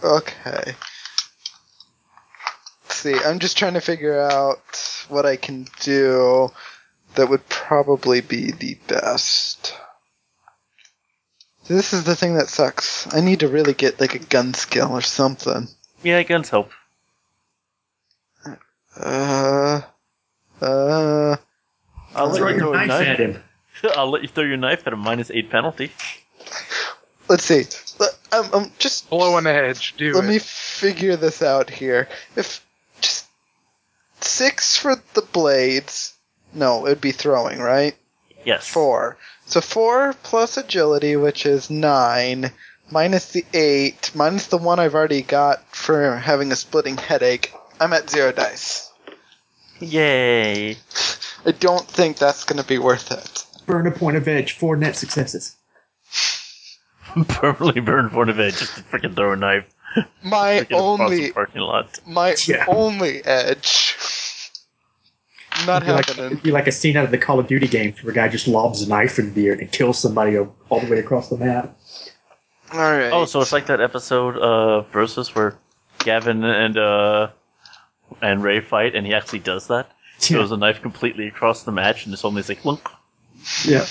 S6: Okay. Let's see, I'm just trying to figure out what I can do that would probably be the best. This is the thing that sucks. I need to really get like a gun skill or something.
S1: Yeah, guns help.
S6: Uh, uh,
S1: I'll
S4: Throw
S1: let you
S4: your
S1: throw a
S4: knife
S1: knife.
S4: at him.
S1: <laughs> I'll let you throw your knife at a minus eight penalty.
S6: let's see. Let- I'm, I'm just
S2: Blowing the hedge. Do
S6: let
S2: it.
S6: me figure this out here. If just six for the blades. No, it'd be throwing, right?
S1: Yes.
S6: four. So four plus agility, which is nine, minus the eight, minus the one I've already got for having a splitting headache. I'm at zero dice.
S1: Yay.
S6: I don't think that's going to be worth it.
S4: Burn a point of edge, four net successes.
S1: <laughs> Permanently burn one of it just to freaking throw a knife.
S6: My
S1: freaking across the
S6: only,
S1: parking lot.
S6: my
S4: <laughs> Yeah.
S6: only edge. Not
S4: It'd be like-
S6: happening.
S4: it'd be like a scene out of the Call of Duty game where a guy just lobs a knife in the air and kills somebody o- all the way across the map.
S6: All right.
S1: Oh, so it's like that episode of Versus where Gavin and uh and Ray fight and he actually does that.
S4: Yeah.
S1: Throws a knife completely across the match and it's only like lunk.
S4: <laughs> Yeah.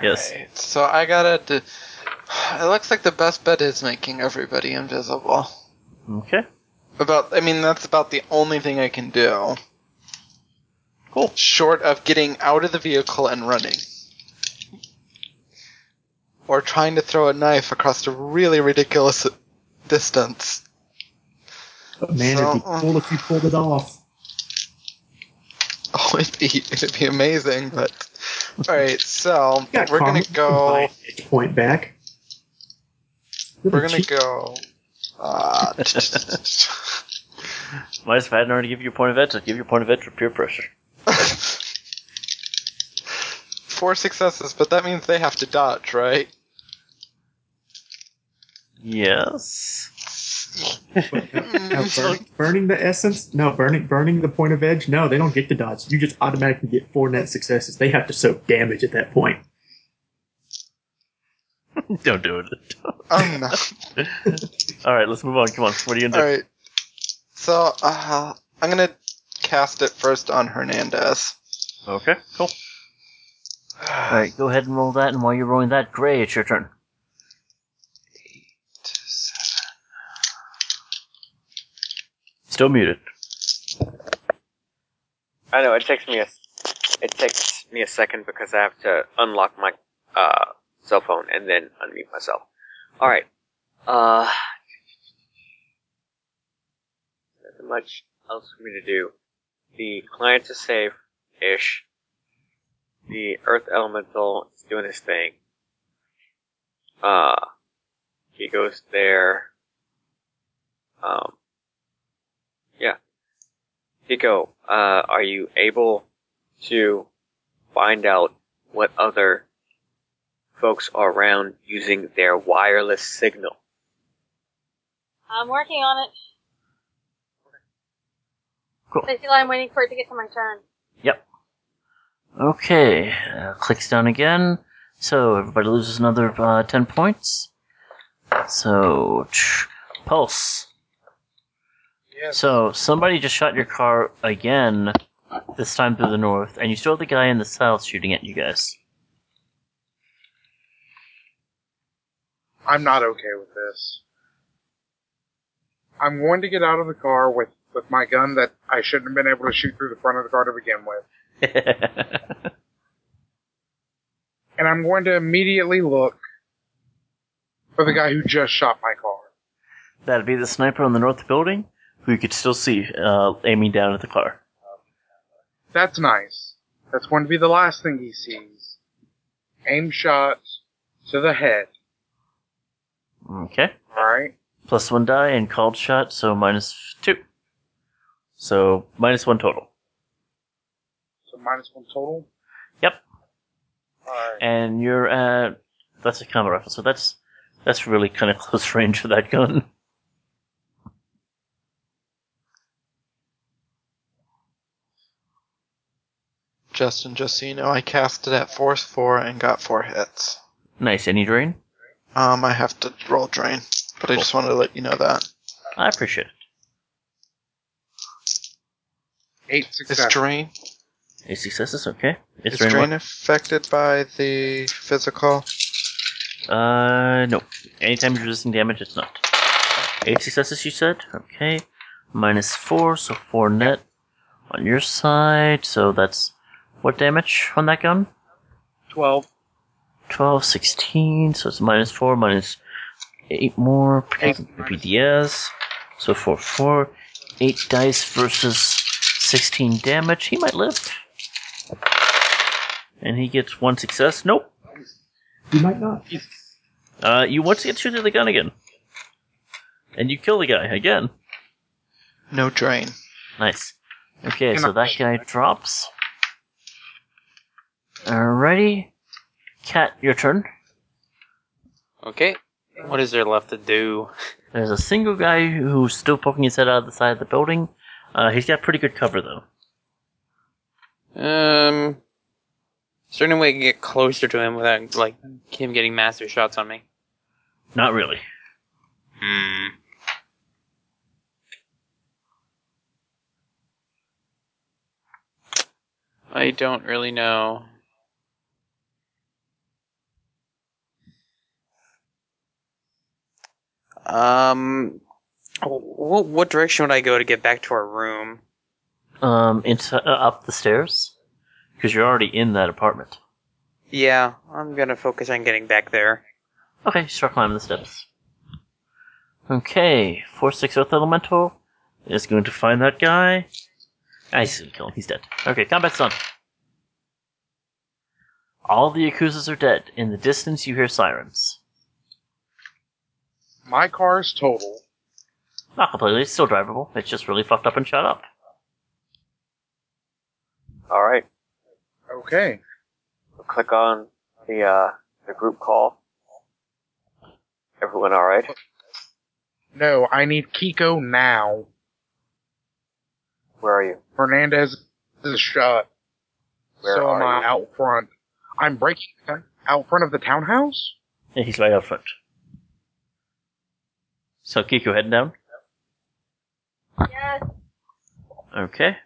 S1: Yes.
S6: Alright, So I gotta. d it looks like the best bet is making everybody invisible.
S1: Okay.
S6: About, I mean, that's about the only thing I can do. Cool. Short of getting out of the vehicle and running. Or trying to throw a knife across a really ridiculous distance. <laughs>
S4: Man, it'd be
S6: So- uh,
S4: cool if you pulled it off.
S6: Oh, it'd be, it'd be amazing, but. Alright, so
S4: Yeah,
S6: we're
S4: Carmen,
S6: gonna
S4: you can buy
S6: go.
S4: it. It's Point back.
S6: We're gonna go. Uh,
S1: Might as well have already give you a point of edge. Give you a point of edge with peer pressure.
S6: four successes, but that means they have to dodge, right?
S1: Yes.
S4: Now, burn, burning the essence? No, burning burning the point of edge? No, they don't get to dodge. You just automatically get four net successes. They have to soak damage at that point.
S1: Don't do it.
S6: <laughs> Oh no.
S1: All right, let's move on. Come on. What are you gonna do?
S6: Alright. So, uh, I'm gonna cast it first on Hernandez.
S1: Okay, cool. All right, go ahead and roll that. And while you're rolling that, Gray, it's your turn. Still muted.
S7: I know it takes me a it takes me a second because I have to unlock my uh, cell phone and then unmute myself. All right. Uh, nothing much else for me to do. The clients are safe ish. The earth elemental is doing his thing. Uh, he goes there. Um, Pico, uh, are you able to find out what other folks are around using their wireless signal?
S5: I'm working on it.
S1: Cool.
S5: Basically, I'm waiting for it to get to my turn.
S1: Okay, uh, clicks down again. So everybody loses another uh, 10 points. So, tch, pulse.
S2: Yes.
S1: So somebody just shot your car again, this time through the north, and you still have the guy in the south shooting at you <laughs> guys.
S2: I'm not okay with this. I'm going to get out of the car with, with my gun that I shouldn't have been able to shoot through the front of the car to begin with. And I'm going to immediately look for the guy who just shot my car.
S1: That'd be the sniper on the north building, who you could still see uh, aiming down at the car.
S2: That's nice. That's going to be the last thing he sees. Aim shot to the head.
S1: Okay.
S2: Alright?
S1: Plus one die and called shot, so minus two. So minus one total.
S2: So minus one total.
S1: Yep.
S2: Alright.
S1: And you're at that's a combat rifle, so that's that's really kind of <laughs> close range for that gun.
S6: Justin, just so you know, I cast it at force four and got four hits.
S1: Nice. Any drain?
S6: Um, I have to roll drain, but I just wanted to let you know that
S1: I appreciate it.
S2: Eight
S6: is
S2: success.
S6: drain
S1: Any successes? Okay. It's
S6: is
S1: drain.
S6: drain
S1: one.
S6: affected by the physical.
S1: Uh, no. Anytime you're resisting damage, it's not. Eight successes, you said. Okay. Minus four, so four net on your side. So that's what damage on that gun?
S2: Twelve.
S1: 12, 16, so it's minus 4, minus 8 more, protecting the PDS, so 4, 4, 8 dice versus 16 damage. He might live. And he gets one success. Nope.
S4: You might
S6: <laughs>
S4: not. <laughs>
S1: Uh, you once get shooting the gun again. And you kill the guy again.
S6: No drain.
S1: Nice. Okay,
S2: Can
S1: so
S2: I-
S1: that guy drops. Alrighty. Cat, your turn.
S3: Okay. What is there left to do?
S1: There's a single guy who's still poking his head out of the side of the building. Uh, he's got pretty good cover though.
S3: Um, is there any way to get closer to him without like him getting massive shots on me?
S1: Not really.
S3: Hmm. I don't really know. Um, what, what direction would I go to get back to our room?
S1: um, into uh, up the stairs because you're already in that apartment.
S3: Yeah, I'm gonna focus on getting back there.
S1: Okay, you start climbing the steps. Okay, four six Earth Elemental is going to find that guy. Ah, he's gonna kill him. He's dead. Okay, combat's done. All the accusers are dead. In the distance, you hear sirens.
S2: My car's total.
S1: Not completely. It's still drivable. It's just really fucked up and shot up.
S10: All right,
S2: Okay.
S10: we'll click on the uh, the group call. Everyone, all right?
S2: No, I need Kiko now.
S10: Where are you?
S2: Hernandez is shut.
S10: Where
S2: so
S10: are
S2: am I
S10: you?
S2: out front. I'm breaking in out front of the townhouse?
S1: Yeah, he's right out front. So Kiko heading down.
S5: Yes.
S1: Okay.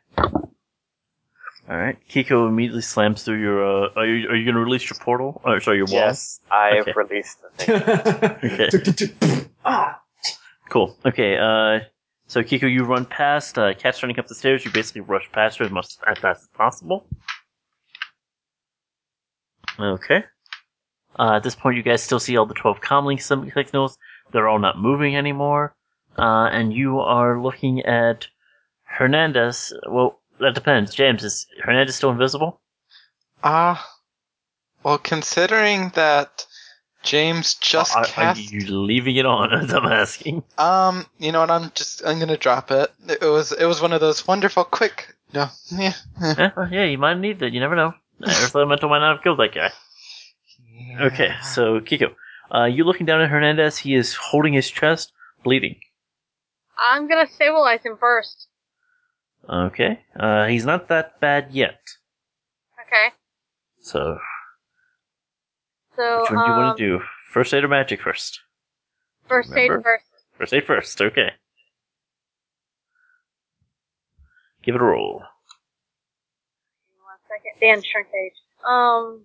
S1: All right. Kiko immediately slams through your. Uh, are you are you gonna release your portal? Or sorry, your wall.
S10: Yes, I've
S1: Okay.
S10: released the
S4: <laughs>
S10: thing.
S1: Okay.
S4: ah,
S1: Cool. Okay. Uh, so Kiko, you run past. Uh, Cat's running up the stairs. You basically rush past her as much as fast as possible. Okay. Uh, at this point, you guys still see all the twelve comlink sim- signals. They're all not moving anymore, uh, and you are looking at Hernandez. Well, that depends. James, is Hernandez still invisible?
S6: Ah. well, considering that James just
S1: are, are
S6: cast
S1: you leaving it on? <laughs> As I'm asking.
S6: Um, you know what? I'm just I'm gonna drop it. It was it was one of those wonderful quick. No, <laughs> yeah, eh.
S1: yeah, well, yeah, you might need that. You never
S6: <laughs>
S1: know. Earth Elemental might not have killed that guy. Okay, so Kiko, uh, you looking down at Hernandez. He is holding his chest, bleeding.
S5: I'm gonna stabilize him first.
S1: Okay, uh, he's not that bad yet.
S5: Okay.
S1: So,
S5: So
S1: which one do you
S5: um,
S1: want to do? First aid or magic first?
S5: first aid
S1: Remember?
S5: first.
S1: First aid first. Okay. Give it a roll.
S5: One second. Dan shrink age. Um.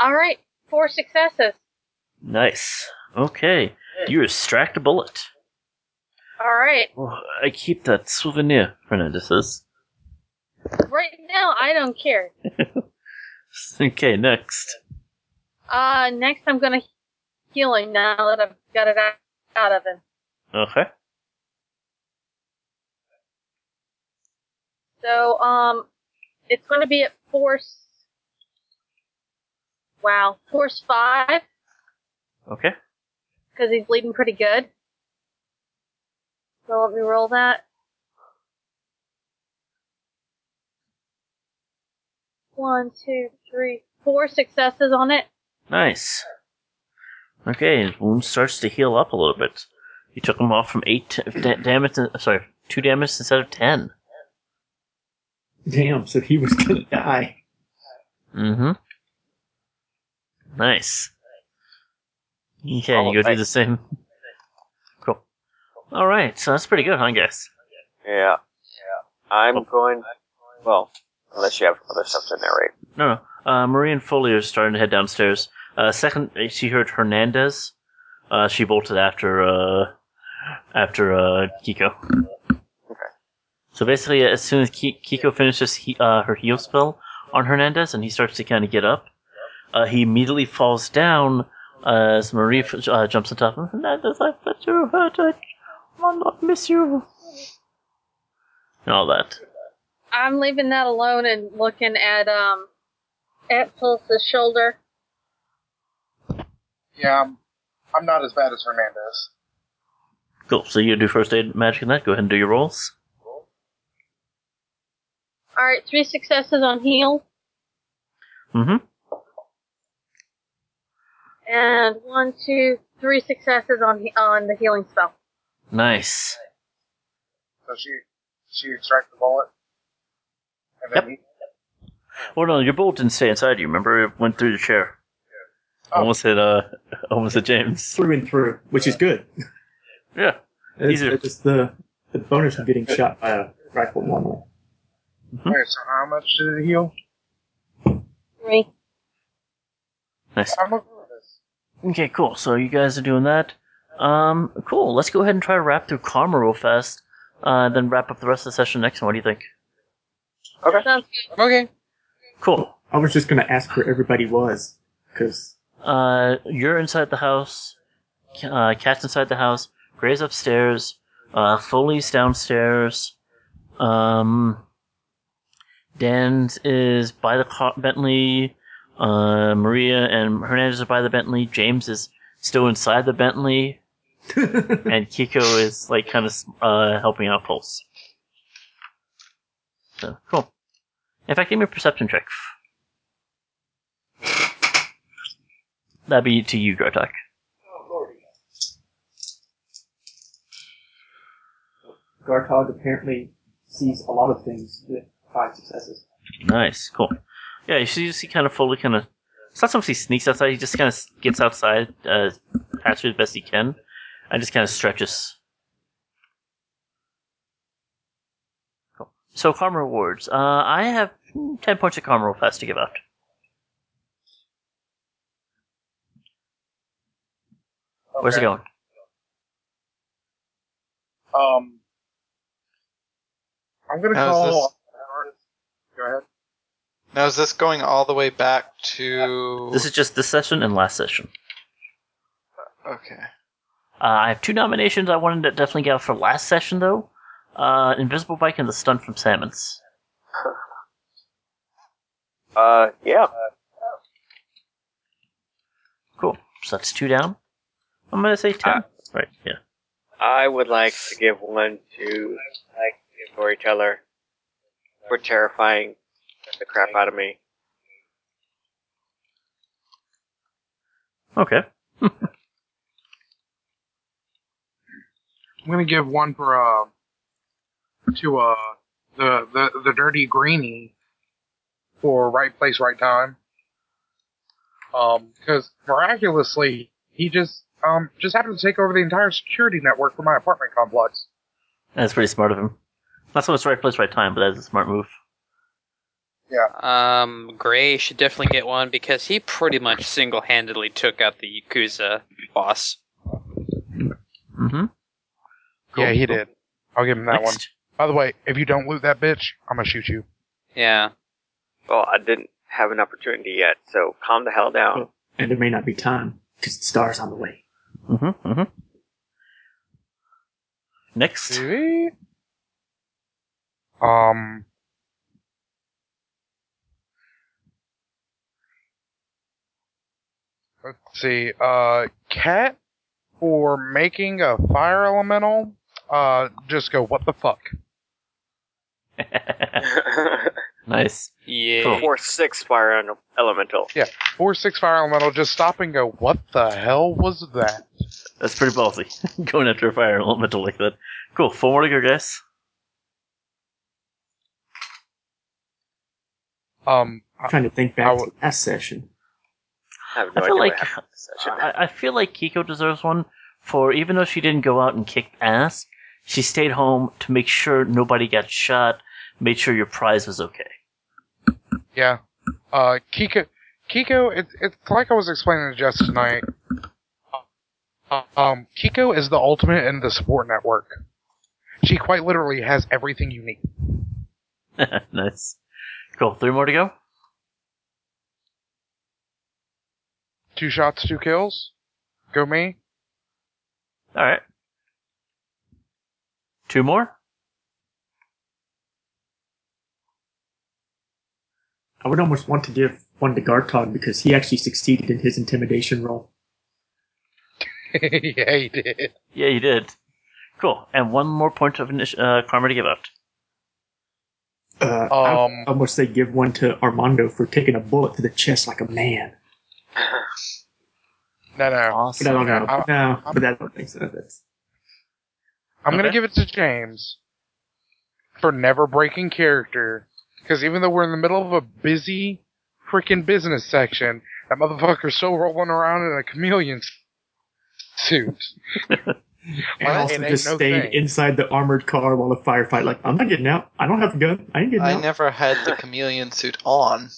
S5: All right, four successes.
S1: Nice. Okay, you extract a bullet.
S5: All right.
S1: Oh, I keep that souvenir, Hernandez says.
S5: Right now, I don't care.
S1: Okay, next.
S5: Uh, next I'm gonna heal him now that I've got it out, out of him.
S1: Okay.
S5: So, um, it's gonna be at force. Wow, force five
S1: Okay.
S5: because he's bleeding pretty good. So let me roll that. One, two, three, four successes on it.
S1: Nice. Okay, his wound starts to heal up a little bit. You took him off from eight t- da- damage. to- sorry, two damage instead of ten.
S4: damn! So he was gonna die.
S1: Mm-hmm. Nice. Okay,
S10: Oh,
S1: you go do
S10: nice.
S1: the same. Cool. All right, so that's pretty good, huh, guys?
S10: Yeah. Yeah. I'm going. Well, unless you have other stuff to narrate.
S1: No, no. Uh, Marie and Folio is starting to head downstairs. Uh, second, she heard Hernandez. Uh, she bolted after uh, after uh, Kiko. So basically, as soon as Ki- Kiko finishes he- uh, her heal spell on Hernandez and he starts to kind of get up, uh, he immediately falls down uh, as Marie f- uh, jumps on top of him. Hernandez, I bet you hurt. I will not miss you. And all that.
S5: I'm leaving that alone and looking at um at Pulse's shoulder.
S2: Yeah, I'm, I'm not as bad as Hernandez.
S1: Cool. So you do first aid magic and that. Go ahead and do your rolls.
S5: All right, three successes on heal
S1: Mm-hmm.
S5: and one, two, three successes on he- on the healing spell.
S1: Nice.
S2: So she she extracts the bullet. And then he,
S1: Well, no, your bolt didn't stay inside you. Remember, it went through your chair.
S2: Oh.
S1: Almost hit, uh, <laughs> almost hit James.
S4: Through and through, which is good.
S1: Yeah.
S4: It's,
S1: These are-
S4: it's the the bonus of getting shot by a rifle normally.
S2: Wait, so how much did it heal?
S5: Three.
S1: Nice.
S2: I'm okay with this.
S1: Okay, cool. So you guys are doing that. Um, cool. Let's go ahead and try to wrap through Karma real fast, uh, then wrap up the rest of the session next one. What do you think?
S7: Okay.
S5: Sounds
S3: Okay.
S1: Cool.
S4: I was just gonna ask where everybody was, because
S1: Uh, you're inside the house. Uh, cat's inside the house. Gray's upstairs. Uh, Foley's downstairs. Um, Dan's is by the car- Bentley. Uh, Maria and Hernandez are by the Bentley. James is still inside the Bentley. and Kiko is like kind of uh, helping out Pulse. So cool. In fact, give me a perception check. That'd be to you, Grotok.
S4: Gartog apparently sees a lot of things with five successes.
S1: Nice, cool. Yeah, you see, you see kind of fully kind of. It's not so much he sneaks outside, he just kind of gets outside, uh, after the best he can, and just kind of stretches. Cool. So, karma rewards. Uh, I have hmm, 10 points of karma real fast to give out. Where's it
S2: Okay.
S1: going?
S2: Um, I'm gonna
S6: How's
S2: call. Go ahead.
S6: Now is this going all the way back to?
S1: This is just this session and last session.
S6: okay.
S1: Uh, I have two nominations I wanted to definitely get out for last session, though uh, Invisible Bike and the Stun from Salmons.
S7: Uh, yeah.
S1: Cool. So that's two down. I'm gonna say ten.
S2: Ah.
S1: right. Yeah.
S10: I would like to give one to like the storyteller for terrifying the crap out of me.
S1: Okay.
S2: I'm gonna give one for uh to uh the the the dirty greenie for right place, right time. Um, because miraculously he just um just happened to take over the entire security network for my apartment complex.
S1: That's pretty smart of him. Not so much right place, right time, but that's a smart move.
S3: Um, Gray should definitely get one because he pretty much single-handedly took out the Yakuza boss.
S1: Mm-hmm.
S2: yeah, he did. I'll give him that one.
S1: Next.
S2: By the way, if you don't loot that bitch, I'm gonna shoot you.
S3: Yeah.
S10: Well, I didn't have an opportunity yet, so calm the hell
S1: <laughs>
S10: down. <laughs>
S4: And there may not be time, because the star's on the way.
S1: Mm-hmm. Mm-hmm. Next.
S2: Um. Let's see. Uh, cat for making a fire elemental. Uh, just go. What the fuck?
S1: <laughs> nice.
S3: Yeah.
S10: Four six fire ele- elemental.
S2: Four six fire elemental. Just stop and go. What the hell was that?
S1: That's pretty ballsy. <laughs> Going after a fire elemental like that. Cool. Four more to go, guys.
S2: Um.
S4: I'm
S2: I-
S4: trying to think back
S2: I
S4: to last session.
S10: I have no
S1: I
S10: idea
S1: feel
S10: what
S1: like
S10: happened in this session.
S1: I, I feel like Kiko deserves one for even though she didn't go out and kick ass, she stayed home to make sure nobody got shot, made sure your prize was okay. <laughs>
S2: Yeah. Uh, Kiko, Kiko, it, it's like I was explaining to Jess tonight. Uh, Um, Kiko is the ultimate in the support network. She quite literally has everything you need.
S1: nice. Cool. Three more to go.
S2: Two shots, two kills. Go me. <laughs>
S1: All right. Two more.
S4: I would almost want to give one to Gartog because he actually succeeded in his intimidation roll.
S2: yeah, he did.
S1: Yeah, you did. Cool. And one more point of initi- uh, karma to give out.
S4: Uh, I would
S2: Um,
S4: almost say give one to Armando for taking a bullet to the chest like a man.
S2: No, no.
S4: But I
S1: Awesome.
S4: don't know.
S2: I-
S4: no, but I don't think so. That's,
S2: I'm gonna
S1: Okay.
S2: give it to James for never breaking character. Because even though we're in the middle of a busy freaking business section, that motherfucker's still rolling around in a chameleon s- suit.
S4: and
S2: Well,
S4: also
S2: it ain't
S4: just
S2: no
S4: stayed
S2: thing.
S4: inside the armored car while the firefight. Like I'm not getting out. I don't have a gun. I ain't getting
S6: I
S4: out.
S6: never had the chameleon suit on.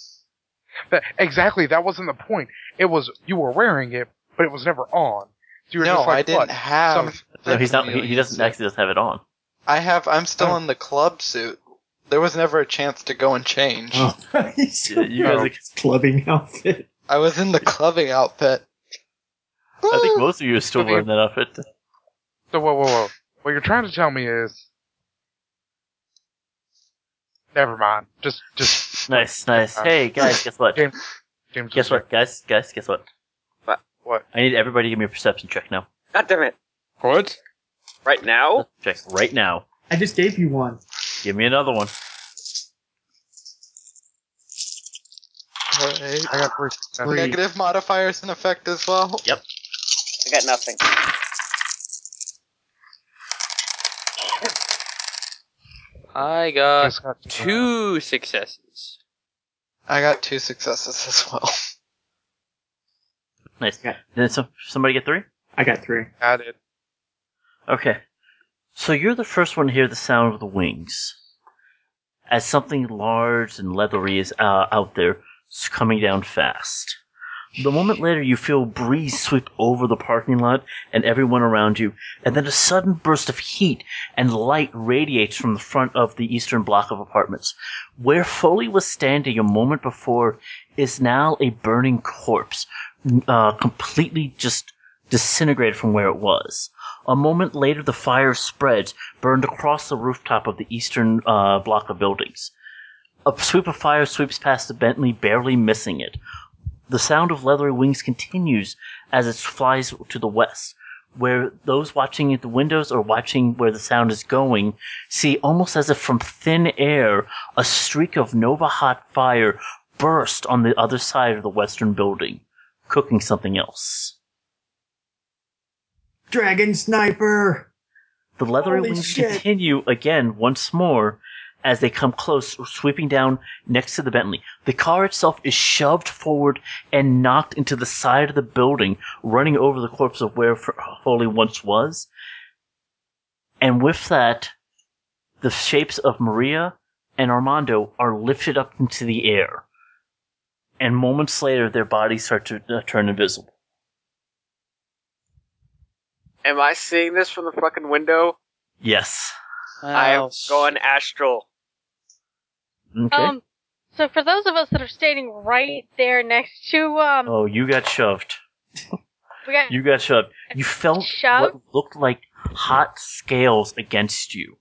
S2: That, exactly, that wasn't the point. It was you were wearing it, but it was never on. So you were
S6: No,
S2: just like,
S6: I didn't
S2: "What?
S6: have.
S2: some-
S1: No,
S6: the
S1: he's not. He, he
S6: chameleon
S1: doesn't
S6: suit.
S1: actually doesn't have it on.
S6: I have. I'm still
S2: Oh.
S6: in the club suit. There was never a chance to go and change.
S10: <laughs>
S4: Oh, he's
S1: You- you guys are-
S4: clubbing outfit.
S6: I was in the clubbing outfit.
S1: I think most of you are still
S2: Have you-
S1: wearing that outfit.
S2: So whoa, whoa, whoa. What you're trying to tell me is, never mind. Just, just
S1: Nice, nice. Hey guys, guess what?
S2: James.
S1: <laughs>
S2: James
S1: Guess what, guys? Guys, guess what?
S10: What?
S2: What?
S1: I need everybody to give me a perception check now.
S10: God damn it!
S3: What?
S10: Right now,
S1: Check right now.
S4: I just gave you one.
S1: Give me another one.
S6: Alright.
S2: I got three.
S6: Were Negative modifiers in effect as well.
S7: I got nothing.
S3: I
S2: I
S3: got
S2: just got
S3: two successes.
S6: I got two successes as well.
S1: Nice.
S4: Yeah.
S1: Did some, somebody get three?
S4: I got three.
S2: I did.
S1: Okay. So you're the first one to hear the sound of the wings. As something large and leathery is uh, out there, s- coming down fast. The moment later, you feel a breeze sweep over the parking lot and everyone around you, and then a sudden burst of heat and light radiates from the front of the eastern block of apartments. Where Foley was standing a moment before is now a burning corpse, uh, completely just disintegrated from where it was. A moment later, the fire spreads, burned across the rooftop of the eastern uh, block of buildings. A sweep of fire sweeps past the Bentley, barely missing it. The sound of leathery wings continues as it flies to the west, where those watching at the windows or watching where the sound is going see almost as if from thin air a streak of Nova hot fire burst on the other side of the western building, cooking something else.
S4: Dragon sniper.
S1: The leathery
S4: Holy
S1: wings
S4: shit.
S1: continue again once more as they come close, sweeping down next to the Bentley. The car itself is shoved forward and knocked into the side of the building, running over the corpse of where F- Foley once was. And with that, the shapes of Maria and Armando are lifted up into the air. And moments later, their bodies start to uh, turn invisible.
S10: am I seeing this from the fucking window?
S1: Yes.
S10: I
S3: Oh,
S10: am
S3: sh-
S10: going astral.
S1: Okay.
S5: Um, so for those of us that are standing right there next to, um,
S1: oh, you got shoved.
S5: we got
S1: You got shoved. You felt
S5: Shoved?
S1: what looked like hot scales against you.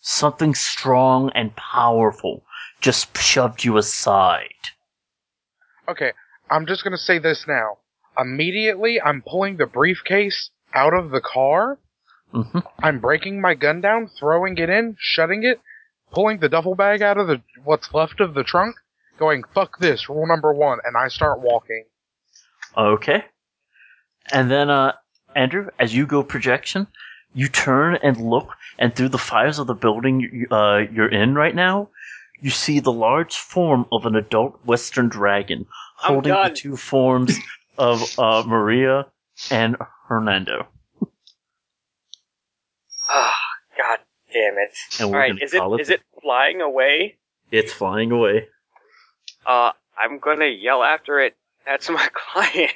S1: Something strong and powerful just shoved you aside.
S2: Okay, I'm just gonna say this now. Immediately, I'm pulling the briefcase out of the car.
S1: hmm
S2: I'm breaking my gun down, throwing it in, shutting it, pulling the duffel bag out of the what's left of the trunk, going "fuck this" rule number one, and I start walking.
S1: Okay. And then, uh, Andrew, as you go projection, you turn and look, and through the fires of the building you, uh, you're in right now, you see the large form of an adult Western dragon
S10: I'm
S1: holding the
S10: done.
S1: two forms of uh, Maria and Hernando.
S10: Ah, God damn it!
S1: And
S10: All
S1: we're
S10: right,
S1: gonna
S10: is it
S1: call it
S10: is it flying away?
S1: It's flying away. <laughs>
S10: Uh, I'm gonna yell after it. That's my <laughs> client.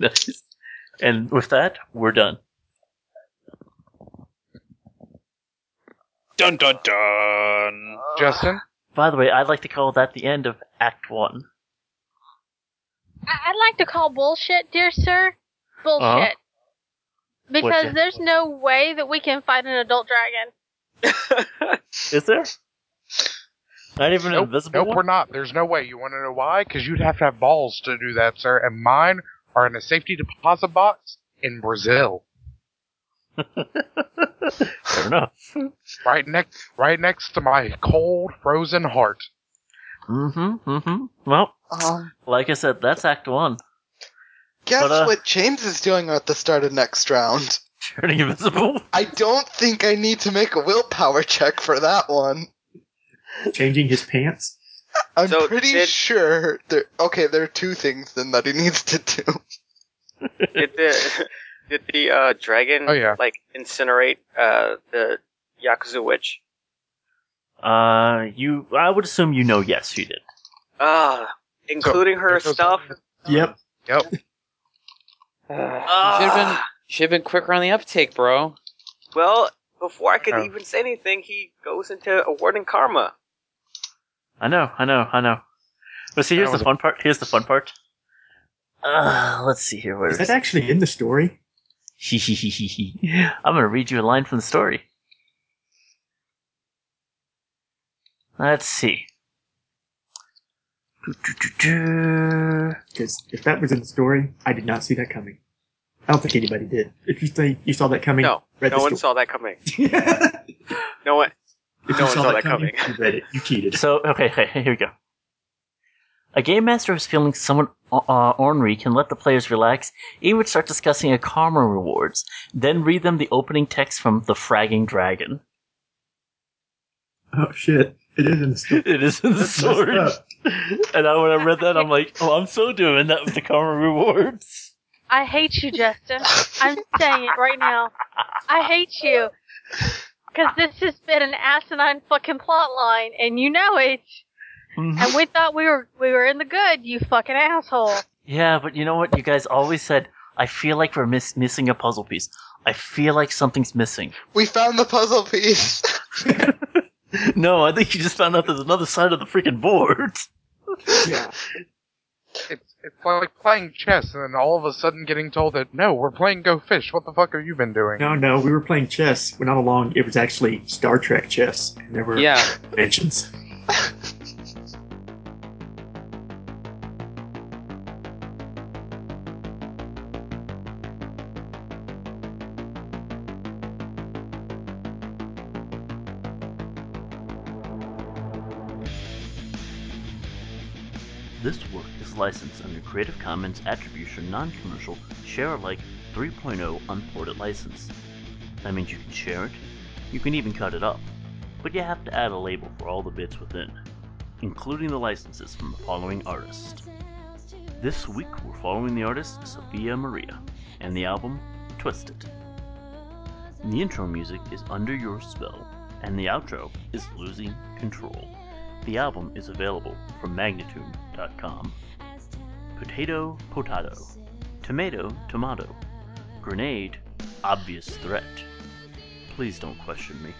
S1: Nice. And with that, we're done.
S9: Dun dun dun.
S2: Justin,
S1: By the way, I'd like to call that the end of Act One.
S5: I- I'd like to call bullshit, dear sir. Bullshit.
S1: Uh-huh.
S5: Because
S1: Bullshit.
S5: there's no way that we can fight an adult dragon.
S1: Is there? Not even an
S2: nope,
S1: invisible
S2: nope,
S1: one.
S2: we're not. There's no way. You want to know why? Because you'd have to have balls to do that, sir. And mine are in a safety deposit box in Brazil,
S1: Fair enough.
S2: right next, right next to my cold, frozen heart.
S1: Mm-hmm. Mm-hmm. Well,
S6: Um,
S1: like I said, that's Act One. <laughs>
S6: guess
S1: But, uh,
S6: what James is doing at the start of next round.
S1: Turning invisible.
S6: I don't think I need to make a willpower check for that one.
S4: Changing his pants.
S6: I'm
S10: So,
S6: pretty
S10: did-
S6: sure there. Okay, there are two things then that he needs to do.
S10: did the <laughs> did the uh, dragon
S2: Oh, yeah.
S10: like incinerate uh, the yakuza witch?
S1: Uh, you. I would assume you know. Yes, you did.
S10: Ah, including her
S2: There goes-
S10: stuff.
S4: Yep.
S2: Yep.
S3: you should have been you should have been quicker on the uptake, bro.
S10: Ah. Well, before I could
S2: Oh.
S10: even say anything, he goes into awarding karma.
S1: I know, I know, I know. But see, here's
S2: That
S1: the
S2: was a-
S1: fun part. Here's the fun part. Uh, let's see here. Where
S4: Is
S1: is
S4: that actually in the story?
S1: it? <laughs> I'm gonna read you a line from the story. Let's see. Do-do-do-do.
S4: Because if that was in the story, I did not see that coming. I don't think anybody did. If you say you saw that coming,
S10: No,
S4: read
S10: no
S4: the
S10: one
S4: story.
S10: saw that coming.
S4: <laughs> if
S10: No one.
S4: you
S10: No one saw that coming.
S4: you read it. You cheated.
S1: So, okay, okay, <laughs> here we go. A game master who's feeling somewhat uh, ornery can let the players relax, even start discussing a karma rewards, then read them the opening text from The Fragging Dragon.
S4: Oh shit! It is in the story.
S1: <laughs> It is in the
S4: That's messed
S1: story.
S4: up.
S1: And I, when I read that, I'm like, oh, I'm so doing that with the karma rewards.
S5: I hate you, Justin. I'm saying it right now. I hate
S1: <laughs>
S5: you. Because this has been an asinine fucking plot line, and you know it. And we thought we were we were in the good, you fucking asshole.
S1: Yeah, but you know what? You guys always said, I feel like we're miss- missing a puzzle piece. I feel like something's missing.
S6: We found the puzzle piece.
S1: No, I think you just found out there's another side of the freaking board.
S2: It's it's like playing chess and then all of a sudden getting told that no, we're playing Go Fish. What the fuck have you been doing?
S4: No, no, we were playing chess. When I'm along, it was actually Star Trek chess. And there were
S3: Yeah.
S4: conventions.
S1: This work is licensed under Creative Commons Attribution Non Commercial Share Alike 3.0 Unported License. That means you can share it, you can even cut it up, but you have to add a label for all the bits within, including the licenses from the following artists. This week we're following the artist Sophia Maria and the album Twisted. The intro music is Under Your Spell, and the outro is Losing Control. The album is available from magnitude.com. Potato, potato. Tomato, tomato. Grenade, obvious threat. Please don't question me.